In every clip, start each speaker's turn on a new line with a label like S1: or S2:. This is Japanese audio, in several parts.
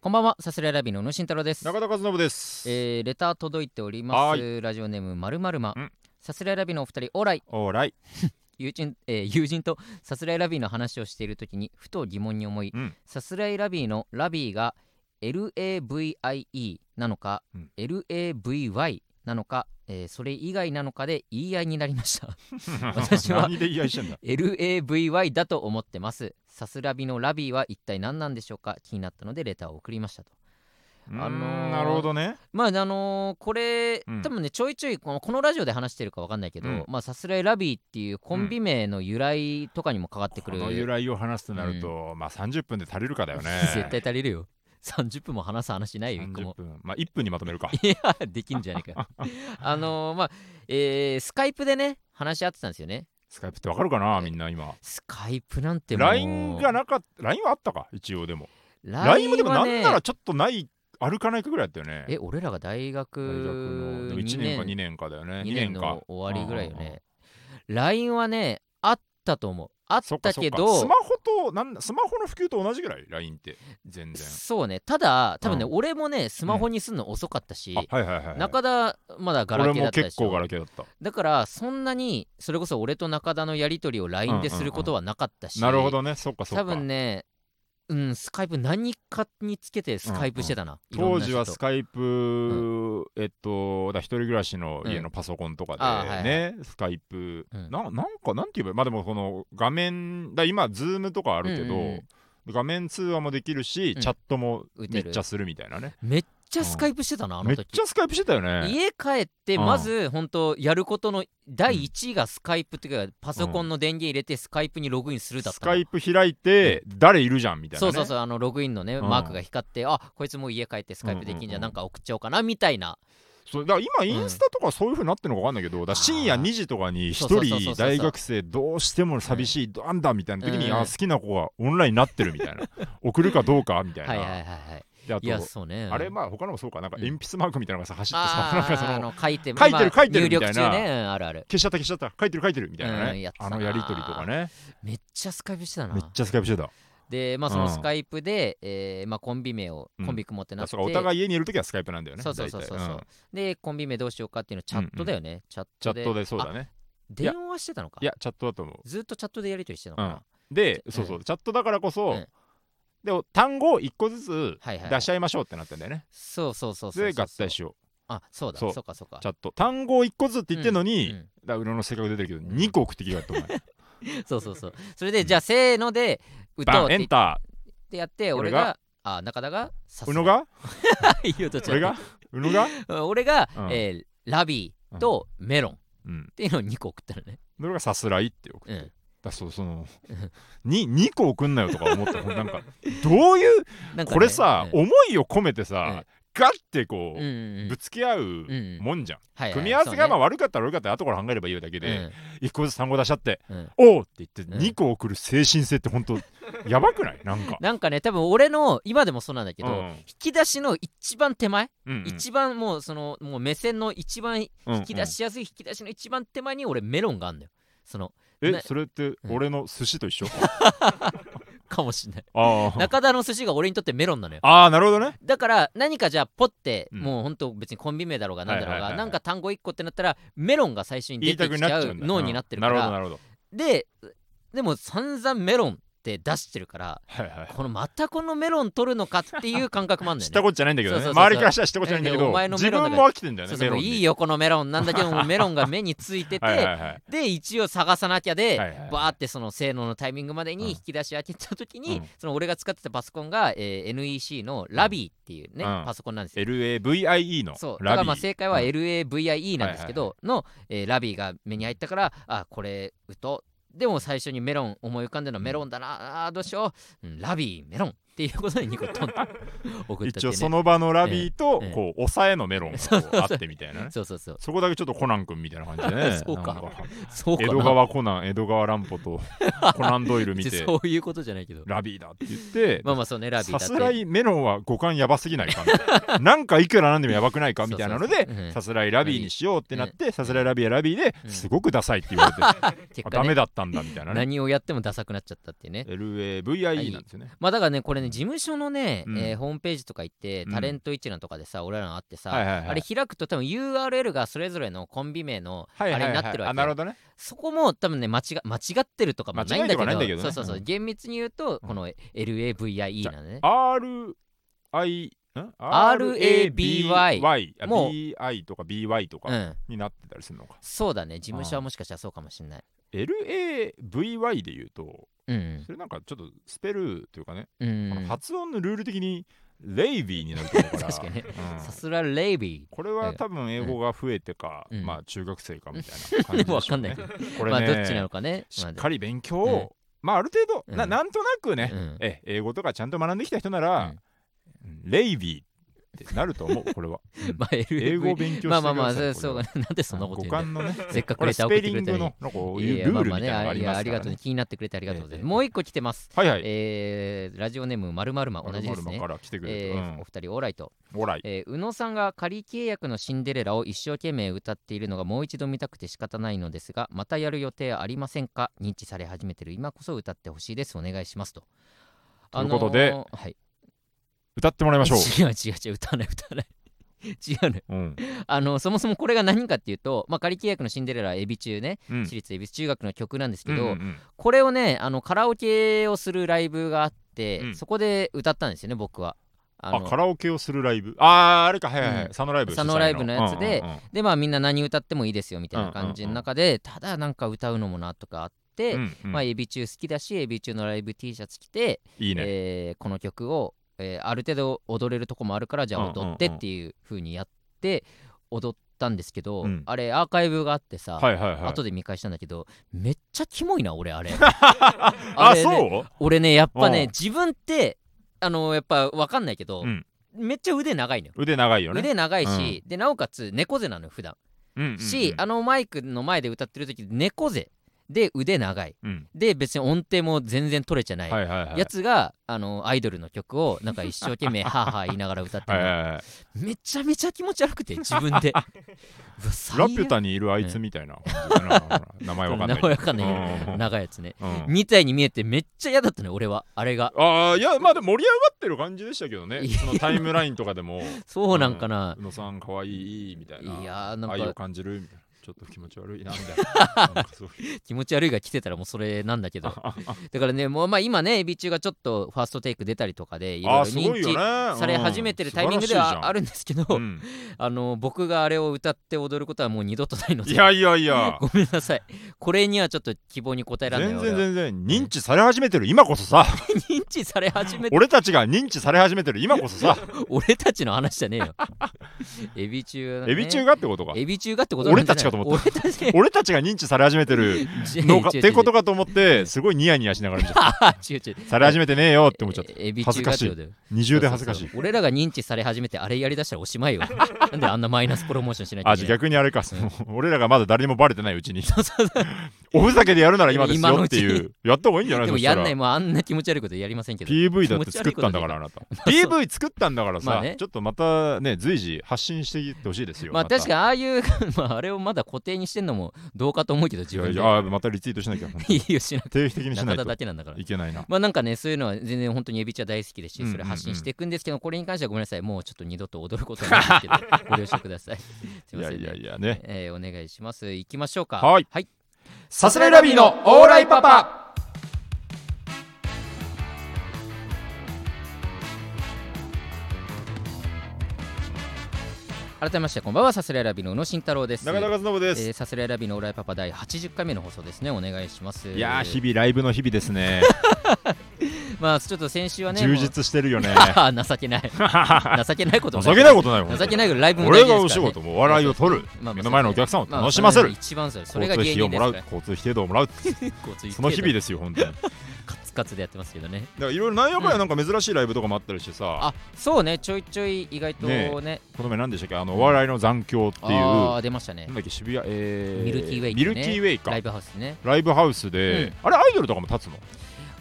S1: こんばんは、サスレラビの宇野慎太郎です。
S2: 中田和信です。
S1: えー、レター届いておりま
S2: は
S1: す。ラジオネームまるまるま
S2: うん。
S1: サスレラビのお二人、オーライ
S2: おーらい。
S1: 友人、えー友人とサスレラビの話をしているときにふと疑問に思い、
S2: うん
S1: サスレラビのラビーが LAVIE なのか、
S2: うん
S1: LAVY なのか、えーそれ以外なのかで言い合いになりました。 私は
S2: 何で言い合いしてんだ。
S1: LAVY だと思ってますさすらびのラビーは一体何なんでしょうか気になったのでレターを送りましたと
S2: あ
S1: あのー
S2: なるほどね。
S1: まああのーこれ、
S2: うん
S1: 多分ねちょいちょいこのこのラジオで話してるかわかんないけど、
S2: うん
S1: まあさすらいラビーっていうコンビ名の由来とかにもかかってく
S2: こ
S1: る、。
S2: の由来を話すとなると、まあ30分で足りるかだよね
S1: 絶対足りるよ30分も話す話ないよ一個
S2: 30
S1: も
S2: 分。まあ1分にまとめるか。
S1: いやできんじゃねえかあのーまあえースカイプでね話し合ってたんですよね
S2: スカイプってわかるかなみんな今。
S1: スカイプなんてもう
S2: LINE がなかった。LINE はあったか一応でも。LINE
S1: LINE
S2: もでも
S1: は
S2: な
S1: ね
S2: んならちょっとない、歩かないかぐらいだったよね。
S1: え俺らが大学
S2: 大学のでも1
S1: 2
S2: 年
S1: 年
S2: か2年かだよね。
S1: 2
S2: 2
S1: 年
S2: 年か
S1: の。終わりぐらいよね LINE はねあったと思うあっ
S2: そっか
S1: た
S2: そっ
S1: け
S2: か
S1: ど
S2: スマホとなんだスマホの普及と同じぐらい LINE って全然
S1: そうねただ多分ね、
S2: うん
S1: 俺もねスマホにすんの遅かったし、
S2: あはいはいはい
S1: 中田まだガラケーだった
S2: 俺も
S1: で
S2: 結
S1: しょ
S2: 構ガラケーだった
S1: だからそんなにそれこそ俺と中田のやり取りを LINE ですることはなかったし、
S2: なるほどねそっかそっか
S1: 多分ねうんスカイプ何かにつけてスカイプしてたな、
S2: 当時はス
S1: カ
S2: カイプ、えっとだから一人暮らしの家のパソコンとか
S1: あはいはい
S2: でね、スカイプ、
S1: うん
S2: ななんかなんて言えばいいまあでもこの画面だから今ズームとかあるけど、
S1: うんうん
S2: 画面通話もできるし、
S1: うん
S2: チャットも
S1: 打
S2: め
S1: てる
S2: っちゃするみたいなね
S1: めっちゃスカイプしてたな、あの
S2: めっ
S1: 時
S2: ちゃスカイプしてたよね
S1: 家帰って
S2: うん
S1: まず本当やることの第1位がスカイプっていうかパソコンの電源入れてスカイプにログインするだっ
S2: ス
S1: たの
S2: カイプ開いて、誰いるじゃんみたいな、
S1: そ
S2: ね、
S1: うそうそうあのログインのね
S2: うん
S1: マークが光ってあこいつもう家帰ってスカイプできんじゃ
S2: うんん
S1: なんか送っちゃおうかなみたいな
S2: そうだから今インスタとかそういうふうになってるのか分かんないけど、だから深夜
S1: あー
S2: 2時とかに一
S1: そうそうそうそう
S2: 人大学生どうしても寂しい、どんだみたいな時に、
S1: うん
S2: あ好きな子がオンラインになってるみた いな送るかどうかみたい
S1: は
S2: な、
S1: いはいはいはい
S2: であと
S1: いやそうね
S2: あれまあ他のもそうかなんか鉛筆マークみたいなのがさ走ってさ、なん
S1: あ
S2: かそ
S1: ーあ
S2: の
S1: の書いて
S2: 書いてる
S1: まあ
S2: 書いてる
S1: 入力
S2: みたい
S1: 中
S2: な
S1: ねうんあるある
S2: 消しちゃった消しちゃった書いてる書いてるみたいな
S1: うん
S2: ね
S1: やっ、てた
S2: あ
S1: な
S2: のやり取りとかね
S1: めっちゃスカイプしてたな
S2: めっちゃスカイプしてただか
S1: でまあその
S2: うん
S1: スカイプでえーまあコンビ名を
S2: うん
S1: コンビ組もうってな
S2: ら
S1: って
S2: そうかお互い家にいる時はスカイプなんだよね
S1: そうそうそうそう
S2: 大
S1: そ
S2: 体
S1: うんでコンビ名どうしようかっていうのチャットだよねチャッ
S2: チャ
S1: トで
S2: ットでそうだねいや
S1: 電話してたのか
S2: いやチャットだと思う
S1: ずっとチャットでやり取りしてたのかな、
S2: で
S1: うん
S2: そうそう、チャットだからこそ、
S1: うん
S2: でも単語を1個ずつ
S1: はいはい
S2: 出し合いましょうってなったんだよね、
S1: そうそうそうそうそう
S2: で合体しよ
S1: あそうだそ
S2: そうう
S1: かそうか
S2: うチャット単語を1個ずつって言ってんのに、
S1: うん
S2: だか
S1: うん
S2: ら裏の性格出てるけど
S1: ん
S2: 2個送ってきやがってお前
S1: そうそうそうそれでじゃあせーので歌
S2: バ
S1: おうっ
S2: ン
S1: て
S2: エ
S1: 言っ
S2: ンタ
S1: てやって俺
S2: 俺
S1: が
S2: が
S1: あ中田がさ
S2: ーうのが
S1: いいよどっちだ
S2: 俺がうのが、
S1: うん俺が、
S2: うん
S1: えーラビーとメロンっ
S2: うん、
S1: ていうのを2個送ったのね
S2: 俺がさすらいって送って、
S1: うん
S2: だそうそ の
S1: うん
S2: に2個送んなよとか 思ったなんかどういう
S1: なんかね
S2: これさ、
S1: うん
S2: 思いを込めてさ、
S1: うん
S2: ガッてこう、
S1: うんうん
S2: ぶつけ合う
S1: うんうん
S2: もんじゃん、
S1: はいはい
S2: 組み合わせがまあ
S1: そ
S2: 悪かったら悪かったら後から考えればいいだけ
S1: うね
S2: で、一個ずつ単語出しちゃって
S1: うんうん
S2: 「おう!」って言って
S1: うん
S2: 2個送る精神性って 本当やばくないなんか。
S1: なんかね多分俺の今でもそうなんだけど、
S2: うん
S1: 引き出しの一番手前、
S2: うんうん
S1: 一番もうそのもう目線の一番
S2: うんうん
S1: 引き出しやすい引き出しの一番手前に俺メロンがあんだよそのね
S2: えそれって俺の寿司と 一緒
S1: かもしんない
S2: あー
S1: 中田の寿司が俺にとってメロンなのよ
S2: あーなるほどね
S1: だから何かじゃあポって、
S2: うん
S1: もうほんと別にコンビ名だろうが何だろう
S2: はいはいはい
S1: が
S2: は
S1: なん
S2: い
S1: か単語一個ってなったらメロンが最初に
S2: 言
S1: 出
S2: いた
S1: て
S2: く
S1: きち
S2: なっ
S1: ゃ
S2: ちゃう
S1: うん
S2: だ
S1: 脳になってるか
S2: うんな
S1: ら
S2: るほどなるほど
S1: ででも散々メロンって出してるから
S2: はいはい
S1: このまたこのメロン取るのかっていう感覚もあんだ
S2: 知
S1: よね
S2: った。ことじゃないんだけどね
S1: そうそうそうそう
S2: 周りからしたら知ったことじゃないんだけ
S1: えお前
S2: ど
S1: のメ
S2: 自
S1: ロンだ
S2: 分
S1: から
S2: も飽きてんだよ
S1: そう
S2: ね
S1: そうも
S2: メロ
S1: う
S2: ンに
S1: いいよこのメロンなんだけど もメロンが目についてて
S2: はいはいはい
S1: で一応探さなきゃで、
S2: はいはいはい
S1: バーってその性能のタイミングまでに引き出し開けた時に、
S2: うん
S1: その俺が使ってたパソコンが、えー NEC のラビーっていうね、
S2: うん
S1: パソコンなんですよ。
S2: LAVIE の
S1: そうだか
S2: ラ
S1: ら
S2: ビ
S1: まあ
S2: ー
S1: 正解は
S2: うん
S1: LAVIE なんですけど、の、えーラビーが目に入ったからあこれうとでも最初にメロン思い浮かんでるのはメロンだなあーどうしよう、うんラビーメロンっていうことで2個トンと 送ったって、
S2: 一
S1: ね、
S2: 応その場のラビーと
S1: ええ
S2: こう抑えのメロンがこうあってみたいなね
S1: そうそうそう
S2: そこだけちょっとコナン君みたいな感じでね
S1: そうか
S2: なん
S1: そうか
S2: 江
S1: な
S2: 戸川コナン江戸川乱歩 とコナンドイル見
S1: 別
S2: て
S1: にそういうことじゃないけど
S2: ラビーだって言って
S1: まあまあそうねラビーだ
S2: さ
S1: って
S2: すらいメロンは五感やばすぎないかみ たいななんかいくらなんでもやばくないかみたいな
S1: そ
S2: の
S1: うそうそううん
S2: でさすらいラビーにしようってなってさすらいラビーやラビー
S1: う
S2: で
S1: ん
S2: すごくダサいって言わ れてあ
S1: 結果、ね、
S2: ダメだったんだみたいなね
S1: 何をやってもダサくなっちゃったっていうね
S2: LAVIE なんですよね
S1: まあだからねこれね事務所のね、
S2: うん
S1: えーホームページとか行って
S2: うん
S1: タレント一覧とかでさ、俺らのあってさ、
S2: はいはいはい
S1: あれ開くと多分 URL がそれぞれのコンビ名のあ
S2: はい
S1: れ
S2: はい
S1: に
S2: は
S1: ないってるわけよ、
S2: あなるほどね
S1: そこも多分ね間違間違ってるとかもないんだけど
S2: 間違いとかないんだけどね
S1: そうそうそう、
S2: うん
S1: 厳密に言うと
S2: うん
S1: この LAVIE なのね
S2: RI ん
S1: RABY
S2: RABY あ
S1: もう
S2: BI とか BY と
S1: う
S2: か
S1: ん
S2: になってたりするのか
S1: そうだね事務所はもしかしたらそうかもしれない
S2: LAVY で言うと
S1: うん
S2: それなんかちょっとスペルというかね
S1: うん、
S2: あ
S1: う
S2: の
S1: ん、
S2: 発音のルール的にレイビーになると思うから
S1: 確かにね
S2: うん
S1: さすらレイビ
S2: これは多分英語が増えてか、
S1: うん
S2: まあ中学生かみたいな感じ
S1: ーわかんないけ
S2: でしょ
S1: ど、
S2: うねこれ
S1: ま
S2: ね、
S1: あどっちなのかね
S2: し
S1: まあ
S2: っかり勉強
S1: うん
S2: を、まあある程度、
S1: うん
S2: ななんとなくね、
S1: うん
S2: え英語とかちゃんと学んできた人なら、うんレイビーってなると思うこ れは、うん
S1: まあ LAVE
S2: 英語を勉強してください
S1: まあまあまあ
S2: これ
S1: そ
S2: は
S1: うそうなんでそんなこと
S2: 五
S1: 言うんだよ
S2: 感の ね
S1: せっか
S2: こ
S1: く
S2: れ
S1: レター
S2: ス
S1: 送っ
S2: ペ
S1: て
S2: リ
S1: くれ
S2: ン
S1: た
S2: グ
S1: のに
S2: のなんかこう
S1: いやい
S2: いう
S1: や
S2: ル
S1: ま
S2: ー
S1: あ
S2: ル
S1: まあ
S2: みたい
S1: ね
S2: なのが
S1: あ
S2: あ
S1: い
S2: りま
S1: やあ
S2: す
S1: り
S2: か
S1: が
S2: らね
S1: とうね気になってくれてありがとうございます
S2: ええ
S1: もう一個来てます
S2: はいはい、
S1: えーラジオネームまるまるま同じです
S2: まるまる
S1: ね
S2: まから来てくれて、
S1: え
S2: う
S1: ーお
S2: ん
S1: 二人オーライと
S2: オライ
S1: えー宇野さんが仮契約のシンデレラを一生懸命歌っているのがもう一度見たくて仕方ないのですがまたやる予定ありませんか認知され始めてる今こそ歌ってほしいですお願いしますと。
S2: ということで
S1: あのーはい、
S2: 歌ってもらいましょう、
S1: 違う違う違う歌わない歌わない 違うのよ
S2: うん
S1: あのそもそもこれが何かっていうと、まあ、仮契約のシンデレラはエビ中ね
S2: うん
S1: 私立恵比寿中学の曲なんですけど、
S2: うんうんうん
S1: これをねあのカラオケをするライブがあって、
S2: うん
S1: そこで歌ったんですよね僕は。あ
S2: あ
S1: の
S2: カラオケをするライブあーあれかはいはい、はい
S1: うん
S2: 佐野ライブ主催
S1: 佐野ライブのやつで
S2: うんうんうん
S1: でまあみんな何歌ってもいいですよみたいな感じの中で、ただなんか歌うのもなとかあって、
S2: うんうん
S1: まあエビ中好きだしエビ中のライブ T シャツ着て
S2: いいね、
S1: えーこの曲を、えーある程度踊れるとこもあるからじゃ
S2: うん
S1: あ
S2: うんうん
S1: 踊ってっていう風にやって踊ったんですけど、
S2: うん
S1: あれアーカイブがあってさ、
S2: はいはいはい
S1: 後で見返したんだけどめっちゃキモいな俺あれ
S2: あ
S1: あれね
S2: そう
S1: 俺ねやっぱ
S2: う
S1: ね
S2: ん
S1: 自分ってあのやっぱ分かんないけど、
S2: うん
S1: めっちゃ腕長いのよ。
S2: 腕長いよね
S1: 腕長いし、でなおかつ猫背なのよ普段
S2: うんうんうん
S1: し、あのマイクの前で歌ってる時猫背で腕長い
S2: うん
S1: で別に音程も全然取れちゃない、
S2: はいはいはい
S1: やつがあのアイドルの曲をなんか一生 懸命はあはあ言いながら歌って
S2: は
S1: る
S2: い
S1: の
S2: はいはい
S1: めちゃめちゃ気持ち悪くて自分 でうわ最
S2: ラ
S1: 悪
S2: ピュタにいるあいつみたいな感じだな名前わかんない
S1: 名前わかんないけ
S2: う
S1: ど
S2: ん
S1: 長いやつね
S2: うん
S1: みたいに見えてめっちゃ嫌だったね俺はあれが
S2: ああいやまあでも盛り上がってる感じでしたけどね
S1: いや
S2: そのタイムラインとかで も
S1: そうなんかな
S2: 宇野さんかわいいみたいない
S1: やーなんか
S2: 愛を感じるみたいなちょっと気持ち悪い なみたいななんかそういう
S1: 気持ち悪いが来てたらもうそれなんだけど
S2: ああ
S1: だからねもうまあ今ねエビ中がちょっとファーストテイク出たりとかでい
S2: あ
S1: ろ
S2: あ
S1: い
S2: す
S1: ろ
S2: ご
S1: 認
S2: いよね
S1: 知され始めてるタイミングではあ
S2: る
S1: るんですけど、
S2: うん
S1: あの僕があれを歌って踊ることはもう二度とないので
S2: いやいやいや
S1: ごめんなさいこれにはちょっと希望に応えられない
S2: 全
S1: 俺
S2: 然
S1: は
S2: 全然認知され始めてる今こ そさ
S1: 認知され始めて
S2: 俺たちが認知され始めてる今こ そさ
S1: 俺たちの話じゃねえ よエビ中、ね、
S2: エビ中がってことか
S1: エビ中がってことなんじゃない
S2: 俺たちかと思っ
S1: 俺たち
S2: 俺たちが認知され始めてるの かってことかと思ってすごいニヤニヤしながら見ちゃった
S1: か 違う違う
S2: され始めてねえよって思っち ゃった
S1: エビ中
S2: 恥ず
S1: が
S2: か
S1: っ
S2: して
S1: こ
S2: い
S1: とよ
S2: 二重で恥ずかしい
S1: そうそうそう俺らが認知され始めてあれやりだしたらおしま いよなんであんなマイナスプロモーションしないと
S2: あ
S1: い
S2: じゃあ
S1: けない
S2: 逆にあれ か、その 俺らがまだ誰にもバレてないうちに
S1: そうそう そう
S2: おふざけでやるなら今ですよっ て
S1: 今
S2: い
S1: の
S2: うやった方がいいんじゃな
S1: で
S2: いで
S1: も
S2: すか
S1: やんないもうあんな気持ち悪いことやりませんけど
S2: PV だって作ったんだからあなた PV 作ったんだからさ、
S1: まあね
S2: ちょっとまたね随時発信していってほしいですよ
S1: まあ確かに
S2: に
S1: ああいうまああれをまだ固定にしてんのもどうかと思うけど自分
S2: い
S1: で
S2: やいやあまたリツイートしなきゃ本当
S1: い
S2: に
S1: いよしなく
S2: 定期的にしな
S1: 中
S2: い
S1: 田だ
S2: と
S1: けなんだから
S2: いけないな
S1: まあなんかねそういうのは全然本当にエビちゃん大好きです
S2: うん
S1: し
S2: うん
S1: それ発信していくんですけど、これに関してはごめんなさいもうちょっと二度と踊ることはないんですけどご了承くださいすい
S2: い
S1: ませ
S2: や
S1: ん、ね、
S2: いやいやね
S1: えーお願いします行きましょうか
S2: はい
S1: はい、
S2: さすらいラビーのオーライパパ
S1: 改めましてこんばんはさすらいラビの宇野慎太郎です
S2: 中田和信です、
S1: えーさすらいラビのオーライパパ第80回目の放送ですねお願いします
S2: いやー日々ライブの日々ですね
S1: まあちょっと先週はね
S2: 充
S1: もう
S2: 実してるよね
S1: あー情け ない情けないこと
S2: 情
S1: も
S2: けないことないもん
S1: 情けないけどライブも大
S2: 俺
S1: 事
S2: が
S1: で
S2: お
S1: すか
S2: 仕
S1: ら、ね
S2: 事、も笑いを取る、
S1: まあまあ
S2: 目の前のお客さんを
S1: まあ
S2: 楽しませる、
S1: 一番それそれ
S2: 交
S1: が
S2: 通
S1: 芸
S2: 費を
S1: 人で
S2: も
S1: す
S2: ら
S1: か
S2: う
S1: ら
S2: 交通費程度をもらうその日々
S1: で
S2: ですよ本当にだか
S1: カツカツでやってますけどね
S2: らいろいろなんやかんやなんか珍しいライブとかもあったりしてさ
S1: あそうねちょいちょい意外とね
S2: この前何でしたっけあのお笑いの残響ってい
S1: あ
S2: うな
S1: あ出ましたね
S2: んだっけ渋谷えー
S1: ミルキーウェイって
S2: ミ
S1: ね
S2: ルキーウェイか
S1: ライブハウスね
S2: ライブハウスであれアイドルとかも立つの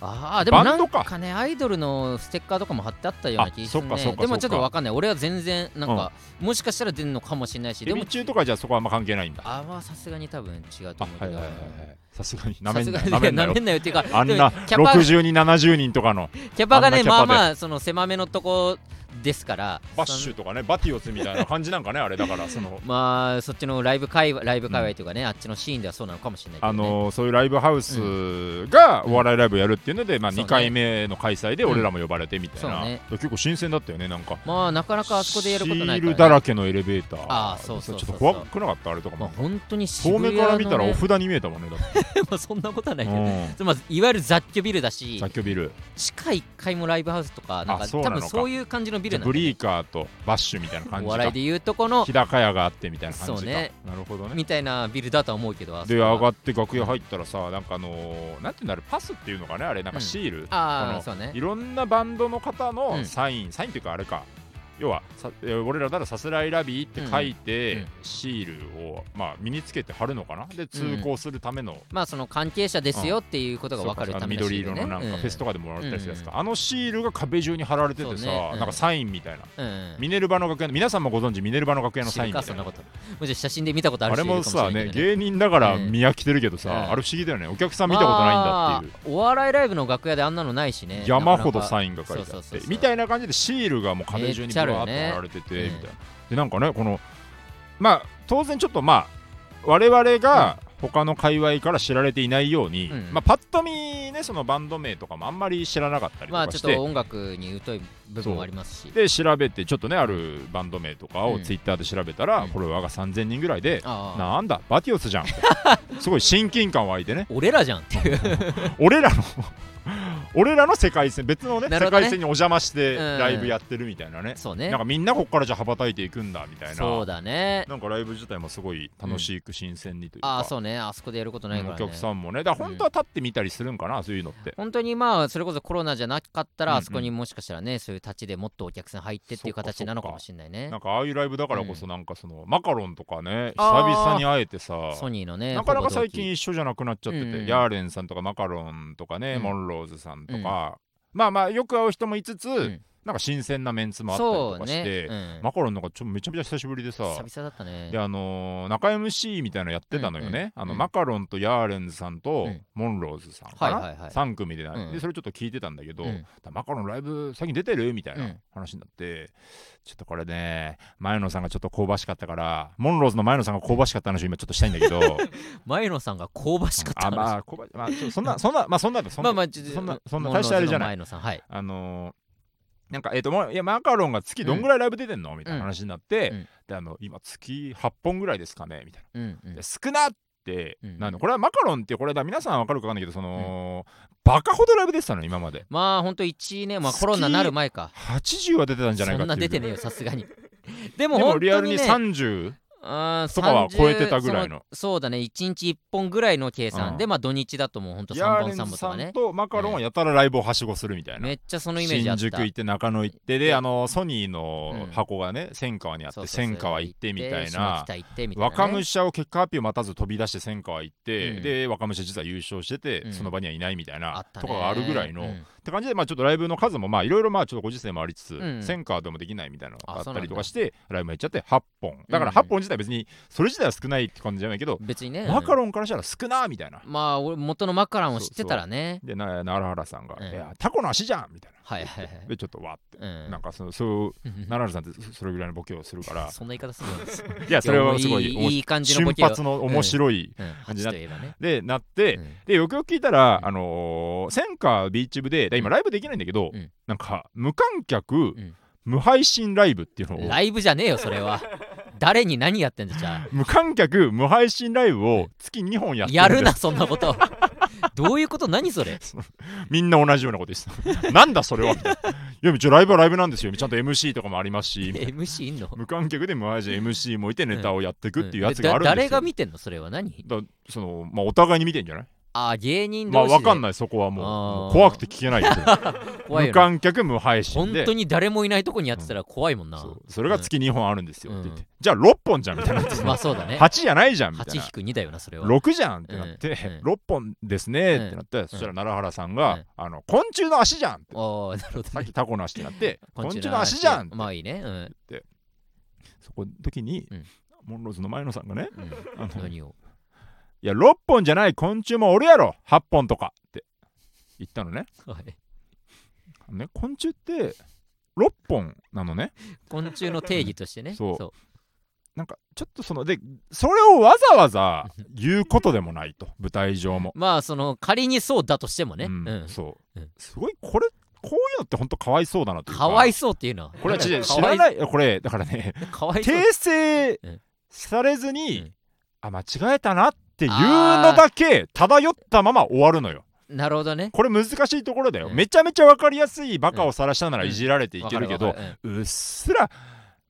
S1: ああでもな
S2: バン
S1: ん
S2: ドか
S1: かねアイドルのステッカーとかも貼ってあったような気がする
S2: あそっかそっ
S1: ね
S2: か
S1: でもちょっ
S2: そっ
S1: と
S2: か
S1: わかんない俺は全然なんか、もしかしたら出るのかもしれないし
S2: デ
S1: でも
S2: ビ中とかじゃそこはあんま関係ないんだ。
S1: あまあさすがに多分違うと
S2: あ
S1: 思う
S2: は
S1: け
S2: い
S1: ど
S2: はいはいはい。さすがにな
S1: さ
S2: め
S1: す
S2: ん
S1: が
S2: な
S1: に
S2: よ。
S1: い
S2: な
S1: や
S2: めんな
S1: な
S2: よ
S1: め。んなよっていうか
S2: あんな
S1: でもキャパ
S2: 60人70人とかの
S1: キャパがね
S2: あんなキャ
S1: ま
S2: パ
S1: あ
S2: で
S1: まあその狭めのとこですから
S2: バッシュとかねバティオツみたいな感じなん かねあれだからその
S1: まあそっちのライブ界隈ライブ界隈というかね、あっちのシーンではそうなのかもしれないけど、ね、
S2: あのーそういうライブハウスが
S1: うん
S2: お笑いライブやるっていうので、まあ、
S1: そうね
S2: 2回目の開催で俺らも呼ばれてみたい
S1: うん
S2: な、
S1: そうね
S2: 結構新鮮だったよねなんか
S1: まあなかなかあそこでやることないか
S2: シー
S1: ら、
S2: ル
S1: ね、
S2: だらけのエレベーター
S1: あーそうそうそうそう
S2: ちょっと怖くなかったあれとか
S1: まあ
S2: も、
S1: 本当に
S2: 遠
S1: 渋
S2: 目
S1: 谷の、ね、
S2: から見たらお札に見えたもんねだって
S1: まあそんなことはないけど、
S2: う
S1: まあ、いわゆる雑居ビルだし
S2: ん雑居ビル
S1: 地下1階もライブハウスとかなんか
S2: あそう
S1: 多
S2: なのか
S1: 分そういう感じのビルなん
S2: ブ
S1: だよね
S2: リーカーとバッシュみたいな感じ
S1: お
S2: か
S1: 笑いでいうとこの
S2: 日高屋があってみたいな感じか
S1: そうね
S2: なるほどね
S1: みたいなビルだとは思うけどあそ
S2: で
S1: こは
S2: 上がって楽屋入ったらさなんかあのーなんていうんだろうパスっていうのかねあれな
S1: う
S2: んか
S1: ん
S2: シール、
S1: あ
S2: こ
S1: あ
S2: の
S1: そうね
S2: いろんなバンドの方
S1: う
S2: の
S1: ん
S2: サイン、サインっていうかあれか要はさえー俺らならさすらいラビーって書いて、
S1: うんうん
S2: シールを、まあ、身につけて貼るのかなで通行するための、
S1: まあその関係者ですよっていうことが分かる
S2: そう
S1: た
S2: か
S1: め
S2: 緑色のなんかフェスと
S1: か、
S2: かでもらったりするやつか、あのシールが壁中に貼られてて
S1: そ
S2: さ、
S1: うねうん
S2: なんかサインみたいな、
S1: うんうん
S2: ミネルバの楽屋の皆さんもご存知ミネルバの楽屋の
S1: 知
S2: サ
S1: る
S2: インみ
S1: か
S2: た
S1: そ
S2: い
S1: ん
S2: な
S1: なこともし写真で見たことある
S2: あ
S1: 人
S2: れ
S1: いる
S2: も
S1: かしれな
S2: さ
S1: いけど
S2: ね芸人だから
S1: うん
S2: 見飽きてるけどさ、
S1: うん
S2: あれ不思議だよねお客さん見たことないんだっていう
S1: まあお笑いライブの楽屋であんなのないしね
S2: 山ほど
S1: イン
S2: サインが書いてあ
S1: そう
S2: っ
S1: そう
S2: て
S1: そう
S2: みたいな感じでシールがもう壁中にぶわーっと
S1: めっちゃあるよね
S2: 貼られててみたいな、でなんかねこのまあ当然ちょっとまあ我々が他の界隈から知られていないように、
S1: うん
S2: まあ、パッと見ねそのバンド名とかもあんまり知らなかったりと
S1: まあ
S2: か
S1: ちょ
S2: し、
S1: ってと音楽に疎い部分もありますし
S2: で調べてちょっとねあるバンド名とか
S1: う
S2: を
S1: ん
S2: ツイッターで調べたら、
S1: うん
S2: これ我が3000人ぐらいで、
S1: ああ
S2: なんだバティオスじゃんすごい親近感湧いてね
S1: 俺らじゃんっていう
S2: 俺らの 俺らの世界線別のね
S1: なる
S2: 世
S1: ほどね
S2: 界線にお邪魔して
S1: うん
S2: ライブやってるみたいなね、
S1: そうね
S2: なんかみんなこっからじゃ羽ばたいていくんだみたいな
S1: そうだね
S2: なんかライブ自体もすごい楽しく新鮮にというか、
S1: ああそうねあそこでやることないから、
S2: お
S1: ね、
S2: 客さんもねだから本当は立ってみたりするんかな、そういうのって
S1: 本当にまあそれこそコロナじゃなかった
S2: うん
S1: ら
S2: うん
S1: あそこにもしかしたらねそういう立ちでもっとお客さん入ってっていう
S2: そっか
S1: 形なのかもしれないね
S2: なんかああいうライブだからこそなんかその、マカロンとかね久
S1: あー
S2: 々に会えてさ
S1: ソニーのね
S2: なかな
S1: ほぼ
S2: か
S1: 同
S2: 最
S1: 期
S2: 近一緒じゃなくなっちゃってて、
S1: うんうん
S2: ヤーレンさんとかマカロンとかね、
S1: うん
S2: モンローズさんとか、まあまあよく会う人もいつつ、
S1: ん
S2: なんか新鮮なメンツもあったり
S1: そ
S2: と
S1: う
S2: かして、
S1: ね、うん
S2: マカロンなんかちょっとめちゃめちゃ久しぶりでさ
S1: 久々だったね
S2: であのー中 MC みたいなのやってたのよね、
S1: うん
S2: あ
S1: う
S2: の
S1: ん
S2: マカロンとヤーレンズさんと
S1: うん
S2: モンローズさんか
S1: はい
S2: な、
S1: はいはい
S2: 3組でな、
S1: うん
S2: でそれちょっと聞いてたんだけど、
S1: うん
S2: だマカロンライブ最近出てるみたいうなん話になって、ちょっとこれね前野さんがちょっと香ばしかったからモンローズの前野さんが香ばしかった話を今ちょ っとしたいんだけど
S1: 前野さんが香ばしかった
S2: あ
S1: 話
S2: まあ香ばしまあちょそんなそんなまあそんなだそん
S1: ま
S2: な、
S1: あまあちょっと
S2: そんなそんな
S1: モンロー
S2: 大したあれじゃ
S1: ズの
S2: ない
S1: 前野さんはい
S2: あのーなんかえっ、ともういやマカロンが月どんぐらいライブ出てんの、みたいな話になって、
S1: うん
S2: であの今月8本ぐらいですかねみたいな。
S1: うんうん
S2: で少なって、
S1: うん
S2: なんだこれはマカロンってこれだ皆さんわかるかわかんないけどその、バカほどライブ出てたの今まで
S1: まあ本当1ねまあ
S2: 好き
S1: コロナなる前か
S2: 80は出てたんじゃないか
S1: そんな
S2: ってい
S1: 出
S2: う
S1: てねえよさすが にでも
S2: でも
S1: 本
S2: リア
S1: 当
S2: ル
S1: に
S2: に
S1: ね
S2: 30
S1: あー
S2: とかは
S1: 30
S2: 超えてたぐらいの
S1: そそうだね1日1本ぐらいの計算、
S2: うん
S1: でまあ土日だともう本当
S2: ヤ
S1: 3
S2: ー
S1: 本
S2: レ
S1: 3
S2: ン
S1: 本
S2: ズ
S1: と
S2: さ
S1: かね
S2: んとマカロンはやたらライブをはしごするみたいな、
S1: めっちゃそのイメージあっ
S2: 新
S1: た
S2: 宿行って中野行って
S1: で
S2: であのソニーの
S1: うん
S2: 箱がね千川にあっ
S1: そう
S2: て
S1: そうそう
S2: 千川行ってみたいな
S1: 下北行ってみたいなね、
S2: 若武者を結果発表待たず飛び出して千川行って、
S1: うん
S2: で若武者実は優勝してて、
S1: うん
S2: その場にはいないみたい
S1: あ
S2: な
S1: ったね
S2: とかがあるぐらいの、
S1: う
S2: っ
S1: ん
S2: て感じでまあちょっとライブの数もまあいろいろまあちょっとご時世もありつつ、
S1: ん
S2: センカーでもできないみたいなのがあ
S1: あそ
S2: っ
S1: うなん
S2: た
S1: だ
S2: りとかしてライブもやっちゃって8本だから
S1: うん
S2: 8本自体別にそれ自体は少ないって感じじゃないけど、
S1: 別にね
S2: マカ
S1: ロ
S2: ロンからしたら少なーみたいな
S1: まあ俺元のマカロンを知ってたらね
S2: でな奈良原さんが「
S1: うん
S2: いやタコの足じゃん!」みたいな
S1: はいはいはい
S2: でちょっとわって、
S1: うん
S2: なんかそのそう
S1: うん
S2: 奈良原さんってそそれぐらいのボケをするから
S1: そんな言い方するの
S2: いやそれはすごい
S1: い
S2: 面白い
S1: いい感じの
S2: 瞬
S1: ボケを
S2: 発の面白い、
S1: うん
S2: 感じだ
S1: 8といえばね、
S2: でなって、
S1: うん
S2: でよくよく聞いたら、
S1: うん
S2: あのー、センカービーチ部でだ今ライブできないんだけど、
S1: うん
S2: なんか無観客、
S1: ん
S2: 無配信ライブっていうのを
S1: ライブじゃねえよそれ は誰に何やってんだじゃ
S2: 無観客無配信ライブを月2本や
S1: あ
S2: って
S1: やる
S2: んで
S1: な
S2: す
S1: そんなことどういうこと何それ
S2: みんな同じようなことです。なんだそれはみたい ないや、一応ライブはライブなんですよ。ちゃんと MC とかもありま すし、
S1: MC いんの
S2: 無観客で無配信 MC もいてネタをやっていくっていうやつ
S1: うん
S2: があるんです
S1: だ
S2: よ。
S1: 誰が見てんのそれは何
S2: だそのまあ、お互いに見てんじゃない
S1: あ芸人
S2: まあ
S1: 同士で
S2: わかんないそこはもう
S1: あー
S2: もう怖くて聞けないよ
S1: 怖いよ
S2: 無
S1: な
S2: 観客無配信
S1: 本
S2: で
S1: 当に誰もいないとこにやってたら怖いもんな、
S2: そうそれが月2本あるんですよって言っ
S1: う
S2: てじゃあ6本じゃんみたいになって
S1: まあそうだ ね
S2: 8じゃないじゃんみたいな
S1: 8-2だよなそれは
S2: 6じゃんってなって
S1: うんうん
S2: 6本ですねってなってそしたら奈良原さんが
S1: うん
S2: あの昆虫の足じゃんって
S1: ああなるほど
S2: さっ
S1: ね
S2: きタコの足になって昆虫の足じゃんって
S1: まあいいねうん、
S2: そこの時に
S1: うん
S2: モンローズの前野さんがね
S1: うん、
S2: あの
S1: 何を
S2: いや6本じゃない昆虫もおるやろ8本とかって言ったのね
S1: はい
S2: ね昆虫って6本なのね
S1: 昆虫の定義としてね
S2: そう
S1: そう
S2: なんかちょっとそのでそれをわざわざ言うことでもないと舞台上も、
S1: まあその仮にそうだとしてもね、
S2: う
S1: うん
S2: んそう、
S1: うん
S2: すごいこれこういうのって本当かわいそうだなという
S1: かわい
S2: そ
S1: そうっていうのは
S2: うこれは違う知
S1: かわ
S2: ら
S1: い
S2: ないいやこれだからね
S1: かわいそう
S2: 訂正
S1: うん
S2: されずに、
S1: うん
S2: あ間違えたなっていうのだけ漂ったまま終わるのよ
S1: なるほどね
S2: これ難しいところだよ、
S1: うん
S2: めちゃめちゃ分かりやすいバカを晒したなら
S1: うん
S2: いじられていけるけど、
S1: わかわか
S2: うっすら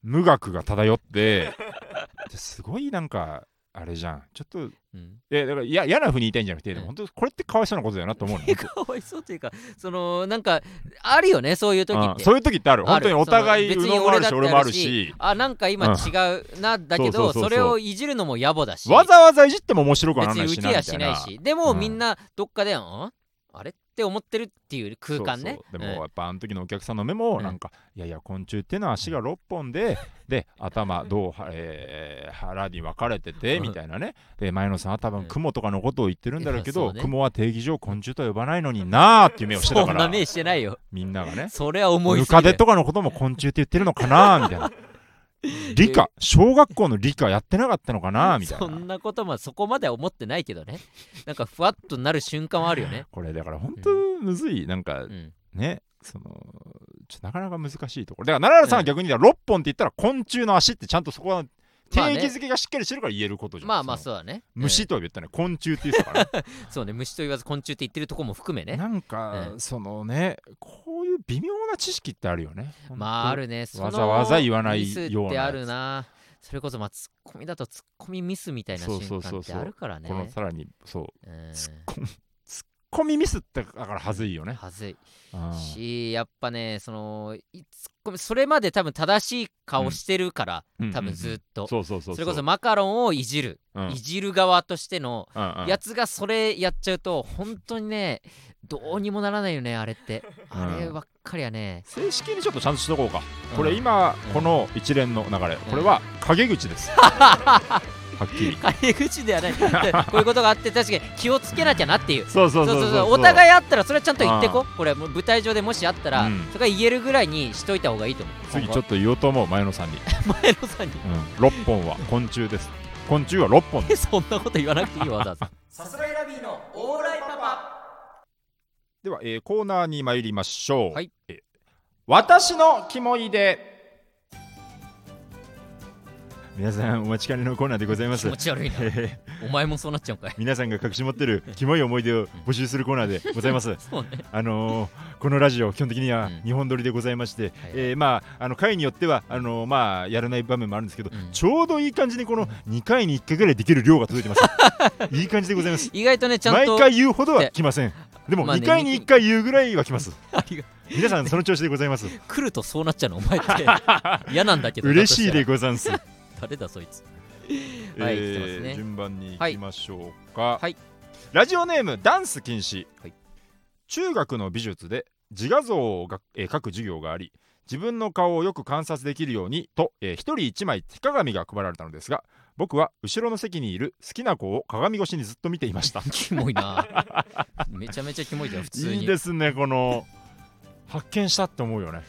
S2: 無学が漂って ですごいなんかあれじゃんちょっと
S1: うんうん
S2: えだからいや嫌なふうに言いたいんじゃなくて、
S1: うん
S2: でも本当これってかわいそうなことだよな と思うの
S1: かわいそうっていうかそのなんかあるよねそういう時っ
S2: うん
S1: て
S2: そういう時ってある
S1: あ
S2: 本
S1: る
S2: 当にお互い
S1: その別
S2: うど
S1: に
S2: んもある
S1: だっ
S2: して俺もあるし
S1: あなんか今違うなだけ
S2: そ
S1: ど
S2: うそうそうそう
S1: それをいじるのも野暮だし
S2: わざわざいじっても面白くはなら
S1: 別
S2: な
S1: に
S2: い
S1: 受
S2: し
S1: け
S2: な
S1: や
S2: み
S1: した
S2: い
S1: な
S2: ない
S1: しでも
S2: うん
S1: みんなどっかでんあれって思ってるっていう空間ね
S2: そうそうで
S1: うん
S2: もやっぱあの時のお客さんの目も
S1: うん
S2: なんか、いやいや昆虫っていうのは足が6本でで頭どうは、えー腹に分かれてて
S1: うん
S2: みたいなねで前野さんは多
S1: うん
S2: 分雲とかのことを言ってるんだろうけ
S1: いや
S2: ど、
S1: そうね
S2: 雲は定義上昆虫とは呼ばないのになーっていう目をしてた
S1: そ
S2: か
S1: んな
S2: ら
S1: 目してないよ
S2: みんながね
S1: それは思い
S2: ム
S1: すぎ
S2: カ
S1: だ
S2: デ
S1: よ
S2: とかのことも昆虫って言ってるのかなみた いな理科小学校の理科やってなかったのかなみたい
S1: そ
S2: なん
S1: なことまあそこまでは思ってないけどねなんかふわっとなる瞬間はあるよね
S2: これだから本当むずいなんか
S1: うん
S2: ねそのちょなかなか難しいところだから奈良さんは逆に言ったら6本って言ったら昆虫の足ってちゃんとそこは定
S1: まあね
S2: 義づけがしっかりしてるから言えることじゃん、
S1: まあまあ
S2: う
S1: そうだね
S2: 虫とは言ったね昆虫って言ってたから
S1: うんそうね虫と言わず昆虫って言ってるとこも含め
S2: ね
S1: ね
S2: なんか、
S1: う
S2: そのねこういう微妙な知識ってあるよね
S1: まああ
S2: る
S1: るねその
S2: わざわざ言わない
S1: ミス
S2: よう
S1: っ
S2: な
S1: て
S2: やつ
S1: あるなそれこそまあツッコミだとツッコミミスみたいな瞬
S2: そうそう
S1: 間
S2: そうそう
S1: ってあるからね
S2: このさらにそう
S1: うん
S2: ツッコミツッコミミスってだからはずいよね
S1: はずい
S2: うん
S1: しやっぱねそのいツッコミそれまで多分正しい顔してるから、
S2: うん
S1: 多分ずっと、
S2: そうそうそう
S1: それこそマカロンをいじる、
S2: うん
S1: いじる側としての
S2: うんうん
S1: やつがそれやっちゃうと本当にねどうにもならないよねあれって
S2: うん
S1: あればっかりはね、
S2: 正式にちょっとちゃんとしとこうか
S1: うん
S2: これ今
S1: うん
S2: この一連の流れこれは陰 口ですはっきり
S1: 陰口ではない こういうことがあって確かに気をつけなきゃなっていう
S2: そうそ
S1: そうう
S2: そ
S1: そうう
S2: そ
S1: そううお互
S2: い
S1: いあったらそれはちゃんと言ってここれもう舞台上でもしあったら、
S2: うん
S1: それが言えるぐらいにしといた方がいいと思う
S2: 次ちょっと言おうと思う前野 さんに
S1: 今後前野さんに
S2: うん6本は昆虫です昆虫は6本です
S1: そんなこと言わなくていいわわざわざ
S2: ではえーコーナーに参りましょう
S1: はい
S2: えー私のキモいで皆さんお待ちかねのコーナーでございま
S1: 気
S2: す
S1: 持ち悪いな
S2: えー
S1: お前もそうなっちゃうんかい
S2: 皆さんが隠し持ってるキモい思い出を募集するコーナーでござ います
S1: そうね
S2: あのーこのラジオ基本的には
S1: うん
S2: 日本撮りでございまして、
S1: はい
S2: えーまああの回によってはあのーまあやらない場面もあるんですけど、
S1: うん
S2: ちょうどいい感じにこの2回に1回ぐらいできる量が届いてます いい感じでございます
S1: 意外とねちゃん
S2: 毎
S1: と
S2: 回言うほどは来ませんでも
S1: まあね
S2: 2回に1回言うぐらいは来ます、
S1: ありが
S2: 皆さんその調子でございます
S1: 来るとそうなっちゃうのお前って嫌なんだけど
S2: 嬉しいで
S1: だと
S2: ござんす、
S1: したら誰だそいつ
S2: え
S1: はい来てますね
S2: 順番に行きましょうか、
S1: はい
S2: ラジオネームダンス禁止、
S1: はい
S2: 中学の美術で自画像をが、えー描く授業があり自分の顔をよく観察できるようにと、えー一人一枚手鏡が配られたのですが僕は後ろの席にいる好きな子を鏡越しにずっと見てい ました
S1: キモいなめちゃめちゃキモいじゃん普通に
S2: いいですねこの発見したって思う よね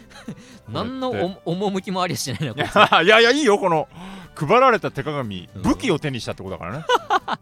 S1: 何の
S2: これって
S1: お趣もありゃしないなこ
S2: い
S1: れ
S2: やいやいやいいよこの配られた手鏡、
S1: うん
S2: 武器を手にしたってこと だからね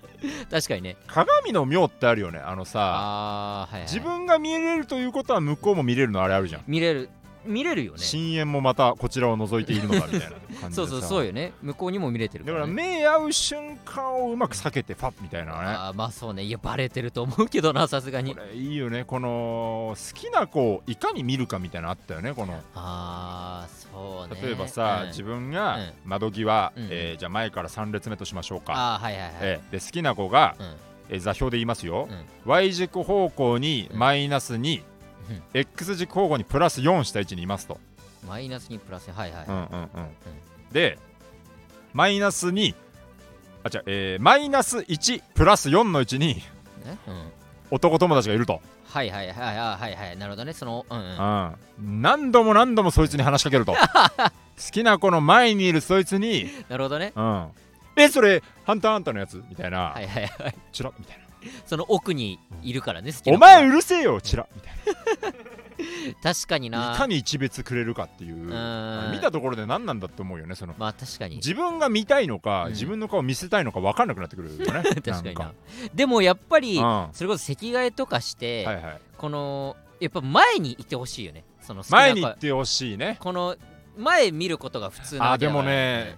S1: 確かにね
S2: 鏡の妙ってあるよねあのさ
S1: ああはい、はい、
S2: 自分が見れるということは向こうも見れるのあれあるじゃん
S1: 見れる見れるよね
S2: 深淵もまたこちらを覗いているのだみたいな感じ
S1: そう
S2: でさ
S1: そうそうよね向こうにも見れてるか、
S2: だから
S1: ね、
S2: ら目合う瞬間をうまく避けてファッみたいな
S1: あーまあそうねいやバレてると思うけどなさすが
S2: ね
S1: に
S2: これいいよねこの好きな子をいかに見るかみたいなのあったよねこの
S1: ああそうね
S2: 例えばさ、
S1: うん
S2: 自分が
S1: うん
S2: 窓際、
S1: うん
S2: えーじゃあ前から3列目としましょうか、
S1: ああはいはいはい、
S2: えーで好きな子が
S1: うん
S2: えー座標で言いますよ、
S1: うん
S2: Y 軸方向に
S1: うん
S2: マイナス2、
S1: うん
S2: X 軸方向にプラス4した位置にいますと、
S1: マイナスにプラスはいはい、
S2: うんうんうんでマイナス2あ違う、えーマイナス1プラス4の位置に
S1: ねうん
S2: 男友達がいると、
S1: はいはいはいあはいはいなるほどねそのうんうん
S2: うん、何度も何度もそいつに話しか けると好きな子の前にいるそいつに
S1: なるほどね
S2: うん、えそれハンターハンターのやつみたいな、
S1: はいはい はい
S2: チラみたいな
S1: その奥にいるからね好きな
S2: お
S1: 子は
S2: 前うるせえよチラみたい
S1: 確かに
S2: な
S1: ない
S2: かに一別くれるかっていう
S1: うん
S2: 見たところで何なんだって思うよねその
S1: まあ確かに
S2: 自分が見たいのか、
S1: うん
S2: 自分の顔見せたいのか分かんなくなってくるよね
S1: 確
S2: 確
S1: かになでもやっぱり
S2: うん
S1: それこそ席替えとかして、
S2: はいはい、
S1: このやっぱ前にいてほしいよねその好きな子
S2: 前に行ってほしいね
S1: この前見ることが普通なわけだから
S2: あでもね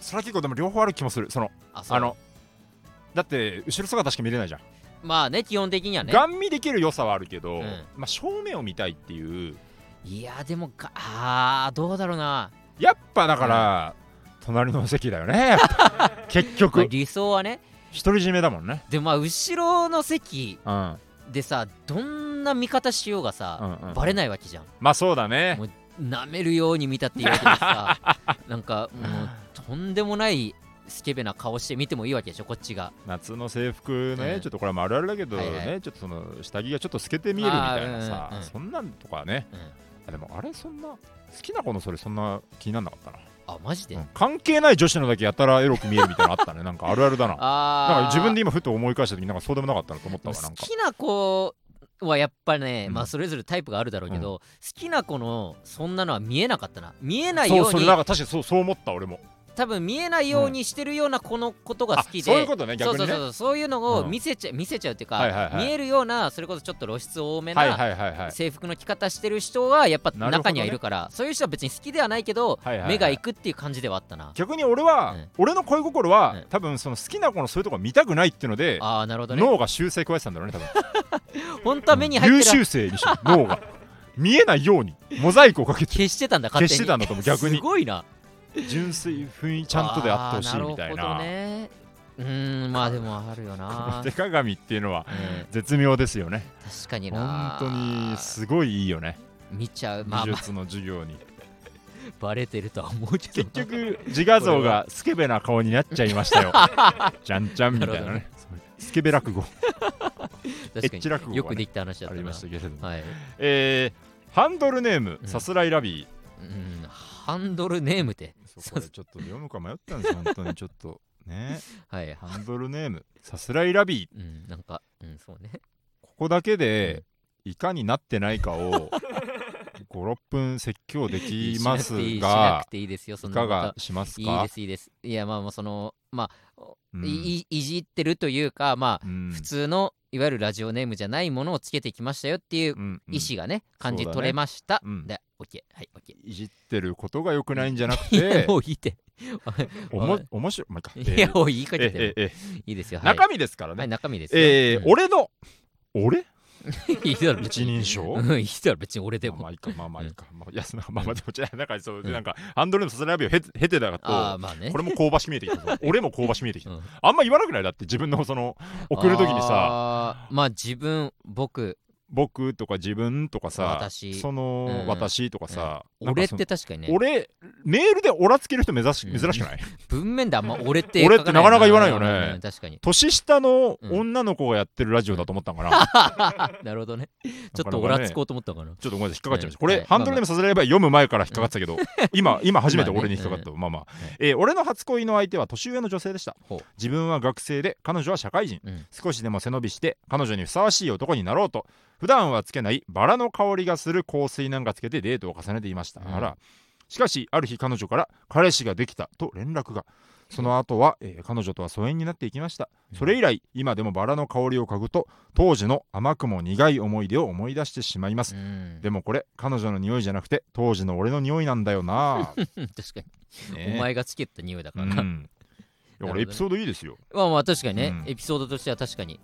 S2: それは結構でも両方ある気もするその
S1: あそう
S2: あのだって後ろ姿しか見れないじゃん、
S1: まあね基本的にはね
S2: ガン見できる良さはあるけど、
S1: うん
S2: まあ、正面を見たいっていう
S1: いやでもかあーどうだろうな、
S2: やっぱだから、隣の席だよねやっ ぱ結局、
S1: まあ理想はね
S2: 独り占めだもんね。
S1: でもまあ後ろの席
S2: うん。
S1: でさどんな見方しようがさ、
S2: うんうん
S1: バレないわけじゃん
S2: まあそうだね
S1: も。舐めるように見たっていうわけで さなんかもうとんでもないスケベな顔して見てもいいわけでしょこっちが
S2: 夏の制服ね、
S1: うん
S2: ちょっとこれはまああるあるだけどね、
S1: はいは
S2: ちょっとその下着がちょっと透けて見えるみたいなさ、
S1: あーうんうんうん
S2: そんなんとかね。
S1: うん
S2: あでもあれそんな好きな子のそれそんな気にならなかったな。
S1: あマジで、
S2: うん関係ない女子のだけやたらエロく見えるみたいなのあったね。なんかあるあるだな。
S1: あ
S2: な
S1: あ
S2: んか自分で今ふと思い返した時なんかそうでもなかったなと思ったわな
S1: 好
S2: んか。
S1: きな子はやっぱね、
S2: うん
S1: まあそれぞれタイプがあるだろうけど、好きな子のそんなのは見えなかったな見えない
S2: そ
S1: よ
S2: う
S1: う
S2: それ
S1: に
S2: なんか確かにそうそう思った俺も。
S1: 多分見えないようにしてるような子のことが
S2: あ
S1: 好きで、
S2: そういうことね
S1: そ
S2: 逆
S1: う
S2: に
S1: そ
S2: ね。
S1: うそうそうそういうのを
S2: うん
S1: 見せちゃ,、見せちゃうっていうか、
S2: はいはいはい
S1: 見えるようなそれこそちょっと露出多め
S2: はい
S1: な
S2: はいはいはい。
S1: 制服の着方してる人はやっぱ
S2: なるほどね
S1: 中にはいるからそういう人は別に好きではないけど、
S2: はいはいはい
S1: 目が行くっていう感じではあったな
S2: 逆に俺は、
S1: うん
S2: 俺の恋心は、
S1: うん
S2: 多分その好きな子のそういうとこ見たくないっていうので、
S1: ああなるほどね
S2: 脳が修正加えてたんだろうね多 分
S1: 本当は目に入って
S2: 優
S1: る
S2: 秀生にして脳が見えないようにモザイクをかけて
S1: 消してたんだ勝
S2: 消
S1: 手に
S2: してたんだと思う逆に
S1: すごいな
S2: 純粋雰囲気ちゃんとであってほしいみたい
S1: あー
S2: な
S1: るほどねうーんまあでもあるよな
S2: 手、鏡っていうのは
S1: うん
S2: 絶妙ですよね
S1: 確かに
S2: 本
S1: な
S2: 当にすごいいいよね
S1: 見ちゃうまあ、
S2: 美
S1: まあ、
S2: 術の授業に、
S1: バレてるとは思うけど
S2: 結局自画像がスケベな顔になっちゃいましたよじゃんじゃんみたいなね
S1: なる
S2: スケベ落語
S1: 確
S2: エッチ落
S1: か
S2: 語が
S1: に
S2: ね
S1: よくできた話だっ
S2: あ
S1: た
S2: り
S1: な
S2: ましたけれども、
S1: はい、
S2: えーハンドルネーム
S1: うん
S2: さすらい ラビー、
S1: うん、ハンドルネームで
S2: そうこれちょっと読むか迷ったんです本当にちょっと ね
S1: はい、は
S2: ハンドルネームさすらいラビー
S1: うん、なんか、うん、そうね
S2: ここだけでいかになってないかを56分説教できます
S1: いいしな
S2: が
S1: くていいしなくていいですよそ
S2: い
S1: んなこ
S2: か
S1: と
S2: がします
S1: いい
S2: か
S1: ですいいですいやまあまあそのまあ、
S2: うん
S1: いいいじってるというかまあ、
S2: うん
S1: 普通のいわゆるラジオネームじゃないものをつけてきましたよっていう
S2: うんうん
S1: 意思がね、感じ
S2: そうだね
S1: 取れました。
S2: うん
S1: で、オッケー、はい、オッケ
S2: いじってることが良くないんじゃなく
S1: ー。いや
S2: て
S1: もういいって。
S2: おも面白いまあいいかえ
S1: いや、
S2: ー
S1: もういいか
S2: え
S1: け
S2: ーえ
S1: て。
S2: ーえ
S1: いいですよ。
S2: ー
S1: はい、
S2: 中身ですから
S1: はい、
S2: ね
S1: 中身ですよ。
S2: えー
S1: うん
S2: 俺の俺
S1: いいだろ、別
S2: 一
S1: に。
S2: 人称
S1: うん、 いいだろ、別に俺で
S2: まあま
S1: も。
S2: あいいか、まあまあいいか。まあ、いや、そのまあまあ、でも、じゃあ、なんか、そう、なんか、ハンドルのさすらいを経て経てだ
S1: ああ、
S2: と、
S1: まあね
S2: こ。れも香ばしく見えてきた ぞ。俺も香ばしく見えてきた。
S1: うん
S2: あんま言わなくないだって、自分のその、送るときにさ、
S1: あーまあ自分僕
S2: 僕とか自分とかさ、
S1: 私
S2: その
S1: う、ん
S2: 私とかさ、なん
S1: 俺っ
S2: かその
S1: て、確かにね
S2: 俺、メールでオラつける人珍し
S1: うん
S2: 珍しくない
S1: 文面であんま俺って
S2: 俺ってなかなか言わないよね
S1: うん確かに
S2: 年下の
S1: うん
S2: 女の子がやってるラジオだと 思ったんかな。
S1: なるほどねちょっ
S2: なかなか
S1: と
S2: ね
S1: オラつこうと思ったかな
S2: ちょっとごめんなさい、引っかかっちゃいました。
S1: うん
S2: これ、
S1: はい
S2: ハンドルネームさせられば読む前から引っかかってたけど、 今、今初めて俺に引っかかった。まあまあ、えー俺の初恋の相手は年上の女性でした
S1: ほう。
S2: 自分は学生で、彼女は社会人。
S1: うん
S2: 少しでも背伸びして、彼女にふさわしい男になろうと、普段はつけないバラの香りがする香水なんかつけてデートを重ねていました。
S1: うん
S2: あら、しかし、ある日彼女から、彼氏ができたと連絡が。その後は、えー彼女とは疎遠になっていきました。それ以来、今でもバラの香りを嗅ぐと、当時の甘くも苦い思い出を思い出してしまいます。
S1: うん
S2: でもこれ彼女の匂いじゃなくて当時の俺の匂いなんだよな、
S1: うん確かに
S2: ね
S1: お前がつけた匂いだか
S2: う
S1: ら
S2: ん
S1: ないなるほど
S2: や俺
S1: ね
S2: エピソードいいですよ、
S1: まあまあ確かにね、
S2: うん
S1: エピソードとしては確かに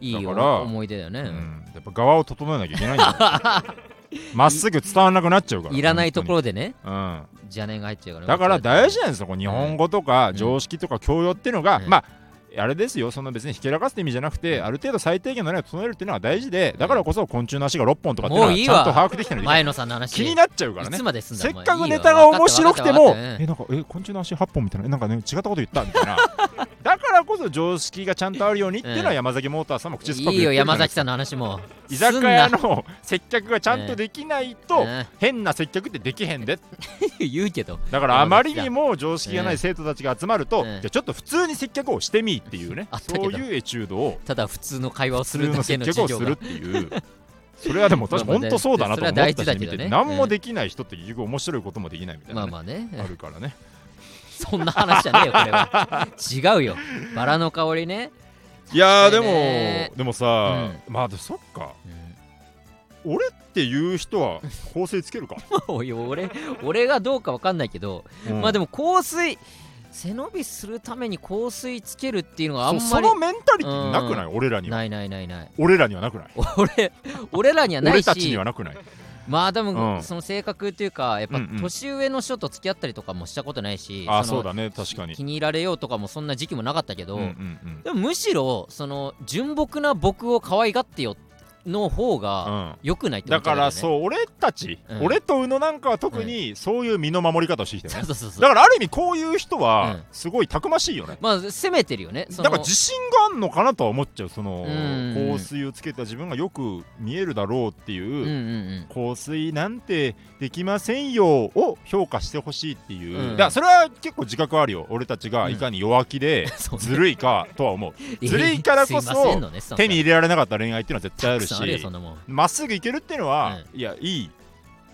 S1: いい
S2: だから
S1: お思い出だよね、
S2: うんやっぱ側を整えなきゃいけないんだ よまっすぐ伝わらなくなっちゃうから
S1: いらないところでね
S2: 本当にうん
S1: 邪念が入っちゃうから
S2: だから大
S1: 事
S2: 事なんですよこう日本語とか
S1: ん
S2: 常識とか教養っていうのが、
S1: うん
S2: まああれですよそんな別にひけらかすって意味じゃなくてある程度最低限のラインを整えるっていうのは大事でだからこそ昆虫の足が6本とかっていうの
S1: も
S2: は
S1: ういい
S2: ち
S1: わ
S2: ゃんと把握できてる
S1: 前野さんの話
S2: 気になっちゃうから
S1: い
S2: ね
S1: つまですんだ
S2: せ
S1: お
S2: っ
S1: 前い
S2: かく
S1: いよ
S2: ネタが面白くて
S1: 分かっ
S2: も
S1: た分かった分かった
S2: えなんかえ昆虫の足8本みたいなえなんかね違ったこと言ったみたいな だからこそ常識がちゃんとあるようにっていうの
S1: う
S2: は
S1: ん
S2: 山崎モーターさんも口
S1: うん
S2: 酸っぱく
S1: いい
S2: 言って
S1: よ
S2: るじゃな
S1: 山
S2: いで
S1: 崎
S2: す
S1: さんの話も
S2: 居酒屋の接客がちゃんとできないと
S1: うん
S2: 変な接客ってできへん で
S1: 言うけど
S2: だからあまりにも常識がない生徒たちが集まると
S1: ええ
S2: じゃあちょっと普通に接客をしてみっていうね
S1: あったけ
S2: そ
S1: ど
S2: ういうエチュードを
S1: ただ普通の会話をす
S2: 普通
S1: るだ
S2: の
S1: け
S2: 接
S1: の
S2: 客
S1: 授
S2: をす
S1: 業が
S2: るっていう それはでも確か
S1: まあ
S2: 本
S1: まあ
S2: 当そうだなと思った
S1: それは大
S2: し
S1: 事だけ
S2: 見
S1: ど
S2: て
S1: ね
S2: て何もできない人って結局面白いこともできないみたい
S1: ま
S2: な
S1: あ
S2: ね
S1: まあね
S2: あるからね
S1: そんな話じゃねえよこれは違うよバラの香りね
S2: いやー
S1: 確
S2: で
S1: かにね
S2: もでもさまあでもそっか
S1: うん
S2: 俺っていう人は構成つける か
S1: おい俺俺がどうかわかんないけどまあで
S2: も
S1: も香水背伸びするために香水つけるっていうのがあんま
S2: そ
S1: り
S2: のメンタリティなくない俺らには
S1: ないないないない
S2: 俺らにはなくない
S1: 俺俺らにはな
S2: 俺
S1: い
S2: たちに
S1: し
S2: はなくない
S1: まあで
S2: う
S1: も
S2: ん
S1: その性格というかやっぱ
S2: うんうん
S1: 年上の人と付き合ったりとかもしたことないし
S2: あー
S1: の
S2: そうだね確かに
S1: 気に入られようとかもそんな時期もなかったけど、
S2: うんうんうん
S1: でもむしろその純朴な僕を可愛がってよの方が
S2: うん
S1: 良くないって
S2: だ
S1: ことだ
S2: か
S1: よ、ね、
S2: らそう俺たち、
S1: うん
S2: 俺と宇野なんかは特にそういう身の守り方をしてきてるね、
S1: そうそうそう
S2: だからある意味こういう人
S1: う
S2: は
S1: ん
S2: すごいたくましいよね、
S1: まあ攻めてるよねそ
S2: だ
S1: の
S2: から自信があるのかなとは思っちゃうその
S1: うん
S2: 香水をつけた自分がよく見えるだろうっていう、
S1: うんうん
S2: 香水なんてできませんよを評価してほしいっていう、
S1: うん
S2: だからそれは結構自覚あるよ俺たちがいかに弱気で
S1: そう
S2: ずるいかとは思う、
S1: うん
S2: ずるいからこそ
S1: すいませんのねそんな
S2: 手に入れられなかった恋愛っていうのは絶対あ
S1: たく
S2: る
S1: さんあるよ
S2: し
S1: そんなもん
S2: まっすぐいけるっていうのは、いやいい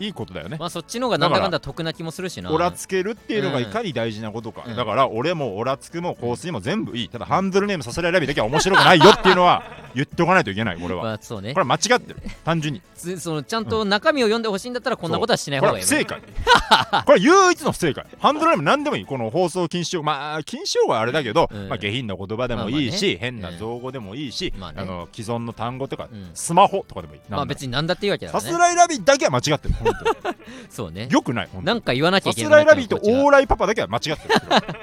S2: いいことだよね、
S1: まあそっちの方がなんだかんだ得な気もするしな
S2: オラつけるっていうのが
S1: うん
S2: いかに大事なことか、
S1: うん
S2: だから俺もオラつくも香水も全部いいただハンドルネームさせられるだけは面白くないよっていう のは言っておかないといけない俺は、
S1: まあそうね
S2: これは間違ってる単純に
S1: つそのちゃんと中身を読んでほしいんだったらこんなことはしない
S2: こ
S1: 方
S2: れ
S1: が
S2: はい
S1: い
S2: 不正解 これ唯一の不正解ハンドルネーム何でもいいこの放送禁止用語まあ禁止用語はあれだけど、
S1: うん
S2: まあ、下品な言葉でもいいし、変
S1: う
S2: なん造語でもいいし、
S1: まあ
S2: あ
S1: ね
S2: の既存の単語とか、
S1: うん
S2: スマホとかでもいい
S1: まあ別に何だっていいわけだか
S2: さす
S1: らね
S2: らいラビーだけは間違ってる本 当に
S1: そうね
S2: よくない本当
S1: な
S2: に
S1: んか言わなきゃ
S2: さ
S1: いけ
S2: す
S1: な
S2: ら
S1: い
S2: いラビーとオ
S1: こっちは
S2: ーライパパだけは間違ってる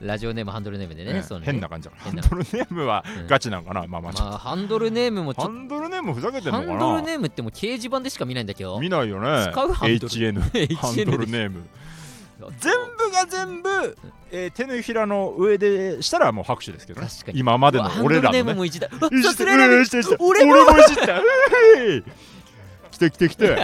S1: ラジオネームハンドルネームで
S2: ね
S1: ねそうね
S2: 変な感じだ ハ
S1: 変
S2: ン
S1: な
S2: ドルネームは
S1: うん
S2: ガチなんかな、まあまあちょっ
S1: まあハンドルネームもち
S2: と
S1: ょ
S2: ハ
S1: っ
S2: ンドルネームふざけて
S1: と
S2: んの
S1: ハ
S2: かな
S1: ンドルネームってもう掲示板でしか見ないんだけど
S2: 見ないよね
S1: 使うハンドル
S2: HN ハンドルネーム全部が全部、えー手のひらの上でしたらもう拍手ですけどね
S1: 確かに
S2: 今までの
S1: ハンド
S2: 俺
S1: ル
S2: ら
S1: ネー
S2: の
S1: ム
S2: ね
S1: もいじだうわ
S2: いじ
S1: さ
S2: って
S1: すらいラビー
S2: うんいじってるいじってる
S1: 俺も
S2: 俺もいじったうへい来て来て来 てエピ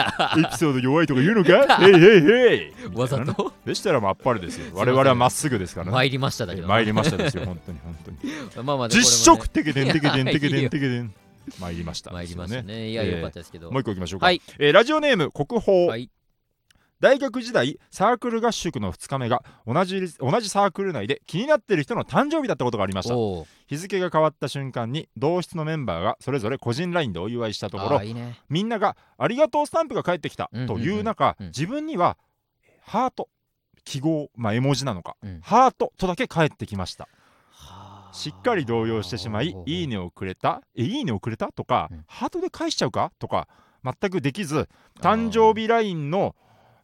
S2: ソード弱いとか言うの かへいへいへい
S1: わざ
S2: みたいなね
S1: と
S2: でしたらもうあっぱれですよ
S1: せん
S2: 我々はまっすぐですからね
S1: 参りましただけど
S2: 参りましたですよ本当に本当に
S1: まあまあでこれもね
S2: 実食てけでんてけでんてけでんてけでん参りました
S1: 参りました
S2: ですよ
S1: ねいや
S2: えー
S1: よかったですけど
S2: もう一個いきましょうか、
S1: はい
S2: えーラジオネーム国宝、
S1: はい
S2: 大学時代サークル合宿の2日目が同じ同じサークル内で気になってる人の誕生日だったことがありました
S1: おう
S2: 日付が変わった瞬間に同室のメンバーがそれぞれ個人 LINE でお祝いしたとこ
S1: あ
S2: ろ
S1: ーいいね
S2: みんなが「ありがとうスタンプが返ってきた」という
S1: う
S2: 中、
S1: んうんうんうん
S2: 自分には「ハート」記号、まあ、絵文字なのか「
S1: うん
S2: ハート」とだけ返ってきました
S1: はあ
S2: しっかり動揺してしま
S1: おう
S2: い
S1: おうお、う
S2: いいねをくれた、え、いいねをくれたとか、
S1: うん
S2: ハートで返しちゃうかとか、全くできず、誕生日ラインの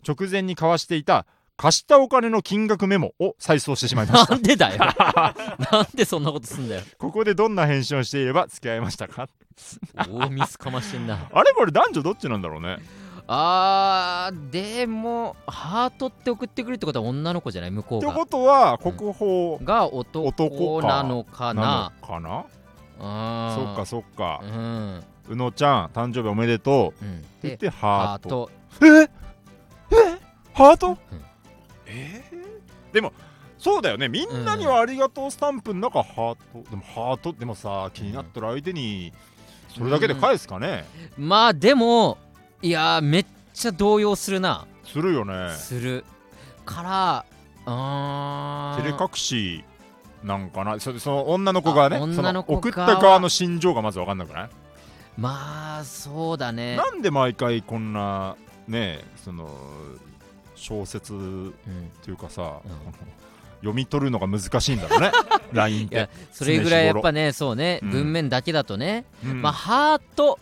S2: 直前に交わしていた、貸したお金の金額メモを再送してしまいま し
S1: な
S2: た。
S1: んでだよなんでそんなことすんだよ
S2: ここでどんな返信をしていれば付き合いましたか
S1: 大ミスかましてんな
S2: あれこれ男女どっちなんだろうね。
S1: あーでもハートって送ってくるってことは女の子じゃない向こ
S2: って
S1: うが
S2: ことは、国宝
S1: が男
S2: 男か
S1: なのか
S2: な
S1: な
S2: のかな
S1: あ
S2: そっか
S1: そ
S2: そっか
S1: う。ん
S2: うのちゃん、誕生日おめでとう。
S1: うん
S2: って言っ
S1: で
S2: て、
S1: ハー
S2: ハート。
S1: ト
S2: ええハート、えーでもそうだよねみんなにはありがとうスタンプの中、ハートでもハートでもさ気になってる相手にそれだけで返すかね、
S1: まあでもいやーめっちゃ動揺するな
S2: するよね
S1: するからあ
S2: 照れ
S1: ー
S2: 隠しなんかなそれその女の子がね
S1: あ
S2: そ
S1: 女の
S2: の
S1: 子が
S2: 送った側の心情がまず分かんなくない、
S1: まあそうだね
S2: なんで毎回こんなねその小説
S1: うん
S2: というかさ、
S1: うん
S2: あの 読み取るのが難しいんだろ うね LINE っ
S1: い
S2: て
S1: や、それぐらいやっぱねそうね
S2: うん
S1: 文面だけだとね
S2: うん
S1: まあハート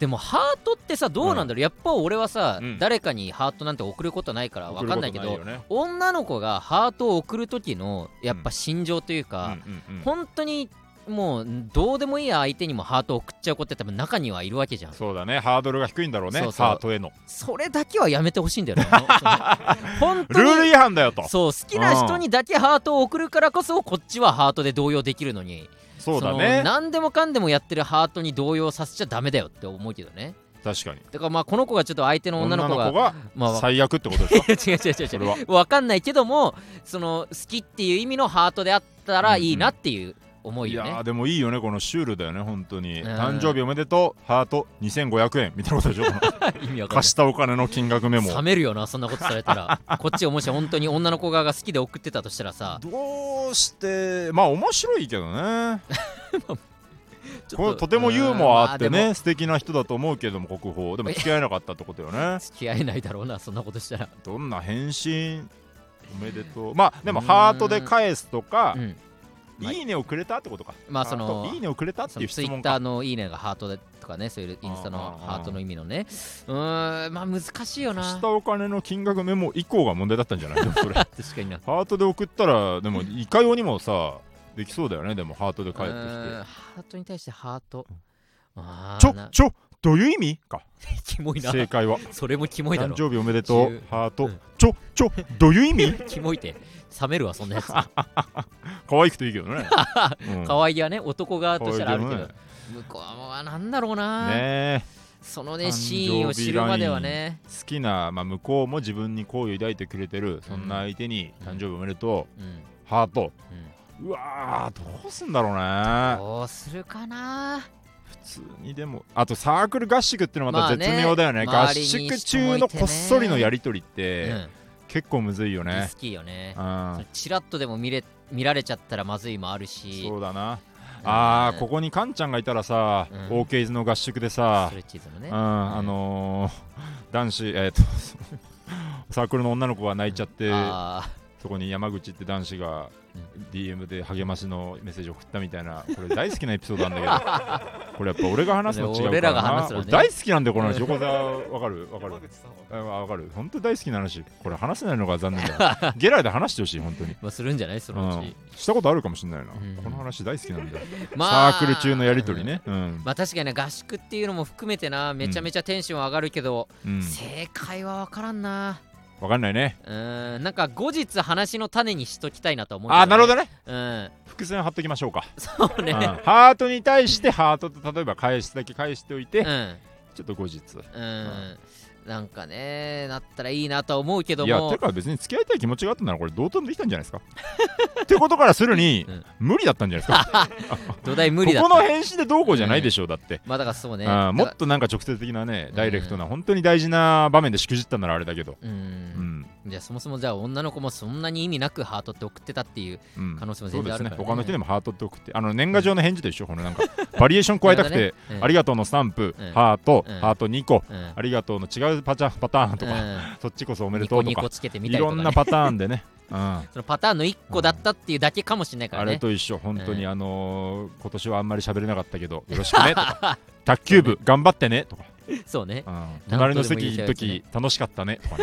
S1: でもハートってさどうなんだろう、やっぱ俺はさ、
S2: うん
S1: 誰かにハートなんて送ることないからわかんないけ
S2: 送る
S1: ど
S2: ことよね
S1: 女の子がハートを送る時のやっぱ心情というか、
S2: うんうんうん
S1: 本当にもうどうでもいい相手にもハートを送っちゃう子って多分中にはいるわけじゃん
S2: そうだねハードルが低いんだろうね
S1: そうそう
S2: ハートへの
S1: それだけはやめてほしいんだよ ねあのその本
S2: ル
S1: 当
S2: ール
S1: に
S2: 違反だよと
S1: そう好きな人にだけハートを送るからこそこっちはハートで動揺できるのに
S2: そうだ
S1: その
S2: ね
S1: 何でもかんでもやってるハートに動揺させちゃダメだよって思うけどね
S2: 確かに
S1: だからまあこの子がちょっと相手の女の
S2: 女の
S1: 子が
S2: 子が
S1: まあわ
S2: 最悪ってことですか
S1: 違う 違う違う
S2: そ
S1: 違
S2: れは
S1: うわかんないけどもその好きっていう意味のハートであったらいいなっていう思い
S2: い
S1: よね、
S2: やーでもいいよねこのシュールだよね本当に
S1: うん
S2: 誕生日おめでとうハート2500円みた いなことでしょ
S1: 意味わかんない
S2: 貸したお金の金額メモ
S1: 冷めるよなそんなことされたら こっちがもし本当に女の子側が好きで送ってたとしたらさ
S2: どうしてまあ面白いけどね
S1: ちょっ
S2: これとてもユーモアあって
S1: うんま
S2: ね素敵な人だと思うけども国宝でも付き合えなかったってことよね
S1: でも付き合えないだろうなそんなことしたら、
S2: どんな返信おめでとうまあでもハートで返すとか
S1: うん、うん
S2: いいねをくれたってことか
S1: まあその
S2: ハートいいねをくれたって
S1: そ
S2: い
S1: の
S2: う
S1: ツ
S2: 質
S1: イ
S2: 問
S1: ッ
S2: か
S1: ターのいいねがハートでとかねそういうインスタのハートの意味のねうーんまあ難しいよな
S2: 貸し
S1: 確
S2: たお金の金額メモ以降が問題だったんじ ゃないでもそれハ
S1: かにな
S2: ートで送ったらでもいかようにもさできそうだよねでもハートで返
S1: うー
S2: っ
S1: んハートに対してハートあ
S2: てき
S1: ー
S2: て
S1: な
S2: ちょちょどういう意味か
S1: キモいな
S2: 正解は
S1: それもキモいだ
S2: 誕
S1: ろ
S2: 生日おめでと
S1: 十
S2: うハート、
S1: うん
S2: ちょちょどういう意味
S1: キモいって冷めるわそんなやつ
S2: 可愛くていいけどね、う ん
S1: 可愛いはね男側としたらあるけ
S2: 可愛い
S1: ど
S2: け
S1: 向こうはもうなんだろう
S2: ど
S1: な、
S2: ねねえ
S1: そのね
S2: 誕生日
S1: シーンを知るまではね
S2: 好きな、まあ、向こうも自分に好意を抱いてくれてるそんな相手に
S1: うん
S2: 誕生日おめでと
S1: うん、うん
S2: う、ハートうわーどうすんだろうね
S1: どうするかな
S2: 普通にでもあとサークル合宿ってのはま
S1: まあ
S2: た
S1: ね
S2: 絶妙だよね,、合
S1: 周りに
S2: 宿
S1: 人も
S2: 中
S1: いてね
S2: のこっそりのやり取りっ
S1: う
S2: て
S1: ん
S2: 結構むずいよ
S1: リ
S2: ね、
S1: スキーよね
S2: うん
S1: そのチラッとでも見れ見られちゃったらまずいもあるし
S2: そうだなあーこ
S1: こ
S2: こにカンちゃんがいたらさ、
S1: うん
S2: OK ズの合宿でさ
S1: スト、レッチーズの
S2: う
S1: ね
S2: ん、あのー男子えっ、と サークルの女の子が泣いちゃって、
S1: あ
S2: そこに山口って男子が DM で励ましのメッセージ送ったみたいなこれ大好きなエピソードなんだ けどこれやっぱ俺が話すの違うからな
S1: 俺らが話すのね
S2: 俺大好きなんだよこの話横澤わかるわかるあわかる本当大好きな話これ話せないのが残念だ よゲラで話してほしい本当に
S1: ーまあするんじゃないそのうち、
S2: うんしたことあるかもしれないな、
S1: うん
S2: この話大好きなんだよ、
S1: まあ
S2: サークル中のやり取りねうん、
S1: まあ確かにね合宿っていうのも含めてなめちゃめちゃテンション上がるけど、
S2: うん、
S1: 正解は分からんな
S2: わかんないね
S1: うーんなんか後日話の種にしときたいなと思うけね、
S2: あなるほどね
S1: うん
S2: 伏線貼っときましょうか、
S1: そう
S2: うん
S1: ね
S2: ハートに対してハートと例えば返すだけ返しておいて、
S1: うん
S2: ち
S1: うん、
S2: ょっと後日
S1: なんかねなったらいいなとは思うけど
S2: いや
S1: も
S2: てか別に付き合いたい気持ちがあったならこれ同等にできたんじゃないですか ってことからするに、
S1: うん
S2: 無理だったんじゃないですか
S1: 土台無理だっ
S2: こ
S1: た
S2: この返信でどうこうじゃないでしょう、だって
S1: まあだからそうね
S2: あーも
S1: だ
S2: っ
S1: か
S2: となんか直接的なね、
S1: うん
S2: ダイレクトな本当に大事な場面でしくじったならあれだけど
S1: らう
S2: うんん、
S1: じゃあそもそもじゃあ女の子もそんなに意味なくハートって送ってたっていう
S2: うん、
S1: 可能性も
S2: そう
S1: 全
S2: で
S1: 然あ
S2: す
S1: る
S2: ね
S1: から、ね、
S2: 他の人にもハートって送ってあの年賀状の返事と一緒このなんか バリエーション加えたくて、あり
S1: が
S2: がとうのスタンプ、
S1: うん
S2: ハート、
S1: うん
S2: ハート2個、
S1: とうんうん
S2: ありがとうの違うパチャパターンとか、
S1: うん
S2: そっちこそおめで
S1: ニ
S2: と
S1: コ
S2: うと
S1: ニ
S2: か
S1: コつけてみ
S2: い
S1: たりと
S2: ろ
S1: か、
S2: ん
S1: ね、
S2: なパターンでね、うん、
S1: そのパターンの1個だったっていうだけかもしれないから
S2: あ
S1: ね。
S2: れと一緒、本当に、
S1: う
S2: あのー今年はあんまり喋れなかったけど、よろしくねと か、卓球部、頑張ってねとか、
S1: そうね。
S2: うん
S1: なんとでも
S2: 隣の席
S1: 言
S2: の
S1: えちゃうや
S2: 時楽しかったねとか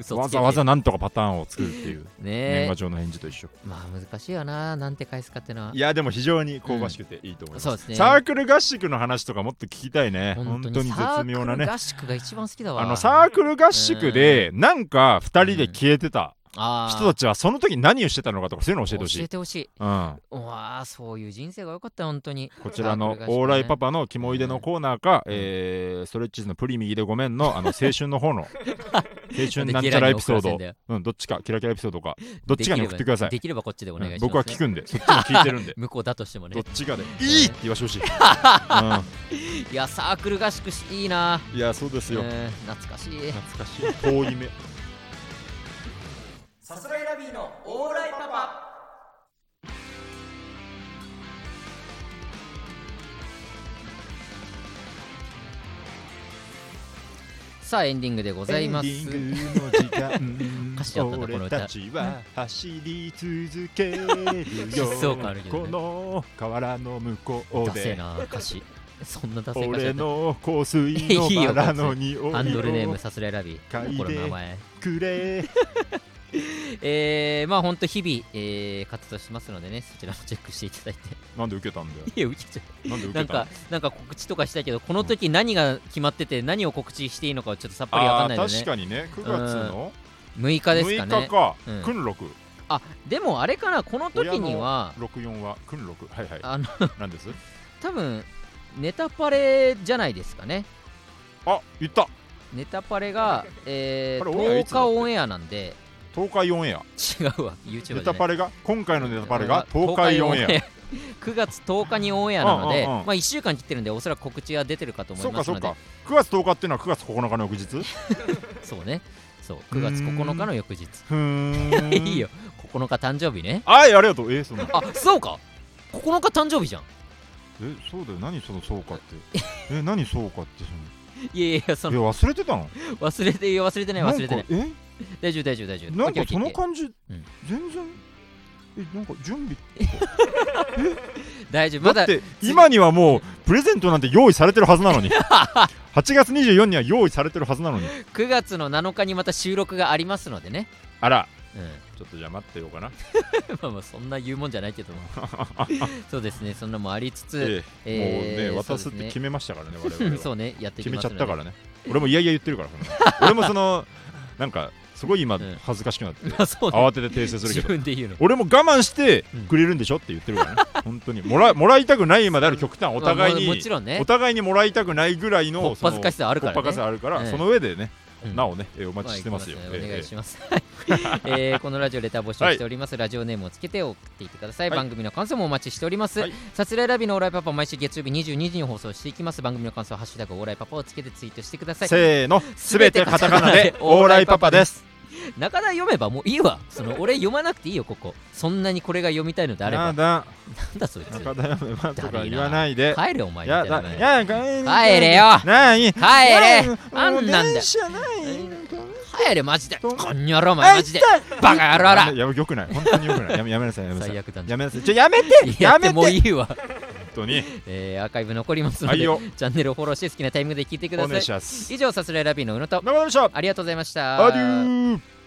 S2: ね、
S1: 嘘つけて
S2: わざわざなんとかパターンを作るっていう、年
S1: ね
S2: 賀
S1: え。
S2: 状の返事と一緒。
S1: まあ難しいよな。なんて返すかってのは。
S2: いや、でも非常に香ばしくていいと思います。
S1: そうですね。
S2: サークル合宿の話とかもっと聞きたいね、本当に絶妙なね
S1: サ。ークル合宿が一番好きだわ。
S2: あのサークル合宿でなんか2人で消えてた
S1: あー
S2: 人たちはその時何をしてたのかとかそういうのを教えてほし
S1: 教え
S2: い、
S1: てほしい。
S2: うん、
S1: うわあ、そういう人生が良かった、本当に。
S2: こちらの
S1: サークル合宿ね
S2: オーライパパのキモいでのコーナーか、えーストレッチーズのプリ右でごめんのあの青春の 方の青春なんちゃらエピソ
S1: なんでキラに送らせん
S2: ード
S1: だよ、
S2: うん、どっちかキラキラエピソードかどっちかに送ってください、
S1: できればこっちでお願いしま
S2: うん
S1: す、
S2: 僕は聞。くんでそっちも聞いてるんで
S1: 向こうだとしても
S2: ど
S1: ね
S2: っ。ちかでいいって言わしてほしい、う
S1: いや、サークル合宿しいいな。
S2: んいやそうです
S1: う
S2: よ
S1: ん懐かしい。
S2: 懐かしい遠い目
S1: さすがラビーのオーライパパさあエンディングでございます
S2: エンディングの時間
S1: 歌詞だったなこの歌
S2: 俺たちは走り続けるよ
S1: 疾走感あるけどね
S2: この河原の向こう
S1: ダセえ
S2: で
S1: な歌詞そんな達成感
S2: 俺
S1: じ
S2: の香水のバラの匂いを
S1: ハンドルネームさすらいラビ
S2: 嗅い
S1: ー
S2: で
S1: この名前
S2: くれ
S1: えー、まあ本当日々、えー、活動してますのでねそちらもチェックしていただい て
S2: なんで受けたんだよ
S1: いやウキウキ
S2: なんで受
S1: な
S2: け
S1: ん
S2: た
S1: かなんか告知とかしたいけどこの時何が決まってて何を告知していいのかちょっとさっぱりわか
S2: あ
S1: んない
S2: ー
S1: ので、
S2: 確
S1: ね、
S2: かにね9月の
S1: 6日ですか
S2: 6
S1: ね
S2: 日か
S1: うん
S2: 訓六
S1: あでもあれかなこの時には
S2: 64は訓六はいはい
S1: あの
S2: なんです
S1: 多分ネタパレじゃないですかね
S2: あ言った
S1: ネタパレが、えー、
S2: あれオンエアい
S1: 10
S2: つだっ
S1: 日
S2: け
S1: オンエアなんで
S2: 東海オンエ
S1: 違
S2: ア
S1: うわ YouTube じゃ
S2: ネ
S1: ない
S2: タパレが今回のネタパレが東海 オンエア
S1: 9月10日にオンエアなので、
S2: うんうんうん
S1: まあ、1週間切ってるんでおそらく告知は出てるかと思
S2: そ
S1: いうま
S2: か
S1: す
S2: そ
S1: の
S2: う
S1: で
S2: か9月10日っていうのは9月9日の翌日
S1: そうねそう9月9日の翌日
S2: ふー ん
S1: いいよ9日誕生日ね
S2: はいありがとうえーその
S1: あそうか9日誕生日じゃん
S2: えそうだよ何そのそうかって え何そうかってそ
S1: いやいやいやそ
S2: の
S1: の
S2: いや忘れてたの
S1: 忘れていや忘れてない忘れてない
S2: なんか
S1: 大丈夫大丈夫大丈
S2: え
S1: 夫
S2: なんか
S1: オッケ
S2: そ
S1: ーオッケーオ
S2: の
S1: ッケー
S2: 感じ
S1: うん
S2: 全然えなんか準備
S1: 大丈夫ま
S2: だ
S1: だ
S2: って今にはもうプレゼントなんて用意されてるはずな のに8月24には用意されてるはずなのに
S1: 9月の7日にまた収録がありますのでね
S2: あら
S1: うん
S2: ちょっとじゃあ待ってようかな
S1: まあまあそんな言うもんじゃないけ どもそうですねそんなもありつつ、
S2: ええ
S1: えー
S2: もうね
S1: そう
S2: 渡
S1: です
S2: すっ
S1: ね
S2: て決めましたからね我々 は
S1: そうねやってい
S2: 決
S1: き
S2: め
S1: ま
S2: ち
S1: す
S2: ゃ
S1: の
S2: っ
S1: で
S2: たからね俺もいやいや言ってるからこの俺もそのなんかすごい今
S1: うん
S2: 恥ずかしくなって
S1: まあそうね
S2: 慌てて訂正するけ
S1: 自
S2: ど
S1: 分で言うの
S2: 俺も我慢して
S1: うん
S2: くれるんでしょって言って るからね本当にもらもらいたくないまである極端お互い
S1: まあもも
S2: に
S1: ちろんね
S2: お互いにもらいたくないぐら
S1: こ
S2: いの
S1: っぱずかしさある
S2: こ
S1: か
S2: っぱ
S1: ら
S2: か
S1: ね
S2: さあるか
S1: え
S2: ら
S1: え
S2: その上でね
S1: うん
S2: なおねえーお待
S1: あ
S2: ちしてますよ
S1: 行き
S2: ええ
S1: お願い
S2: え
S1: します。はい えーこのラジオレター募集しております。ラジオネームをつけて送っていってください。
S2: はい
S1: 番組の感想もお待ちしております
S2: はい。
S1: さすらいラビのオーライパパ毎週月曜日22時に放送していきます。番組の感想はハッシュタグオーライパパをつけてツイートしてくだ
S2: え
S1: さい。
S2: せーのすべてカタカ ナでオーライパパです。
S1: 中田読めばもういいわ。その俺読まなくていいよここ。そんなにこれが読みたいのであれば。
S2: や
S1: なん
S2: だ
S1: だそいつ。
S2: 中田やめまとか言わないで
S1: 帰れお前みた
S2: や
S1: いな
S2: だ
S1: ね。
S2: やだ帰
S1: 帰れよ
S2: なに
S1: 帰れあんなんだ
S2: 電車ないのか
S1: 帰れマジで。
S2: どん
S1: こんにゃろお前マジで。バカ野郎
S2: や
S1: ら
S2: め。やめよくない本当によくないやめやめなさいやめなさ
S1: 最
S2: い
S1: 悪だね。
S2: やめなさいちょやめてやめて
S1: もういいわ。
S2: 本当に
S1: えーアーカイブ残りますの
S2: は
S1: で、
S2: いよ
S1: チャンネルをフォローして好きなタイミングで聞いてくだ
S2: お
S1: さ
S2: 願
S1: い
S2: いし。ます
S1: 以上、さすらいラビーの宇野と、
S2: 中田でした
S1: ありがとうございました。
S2: アデュー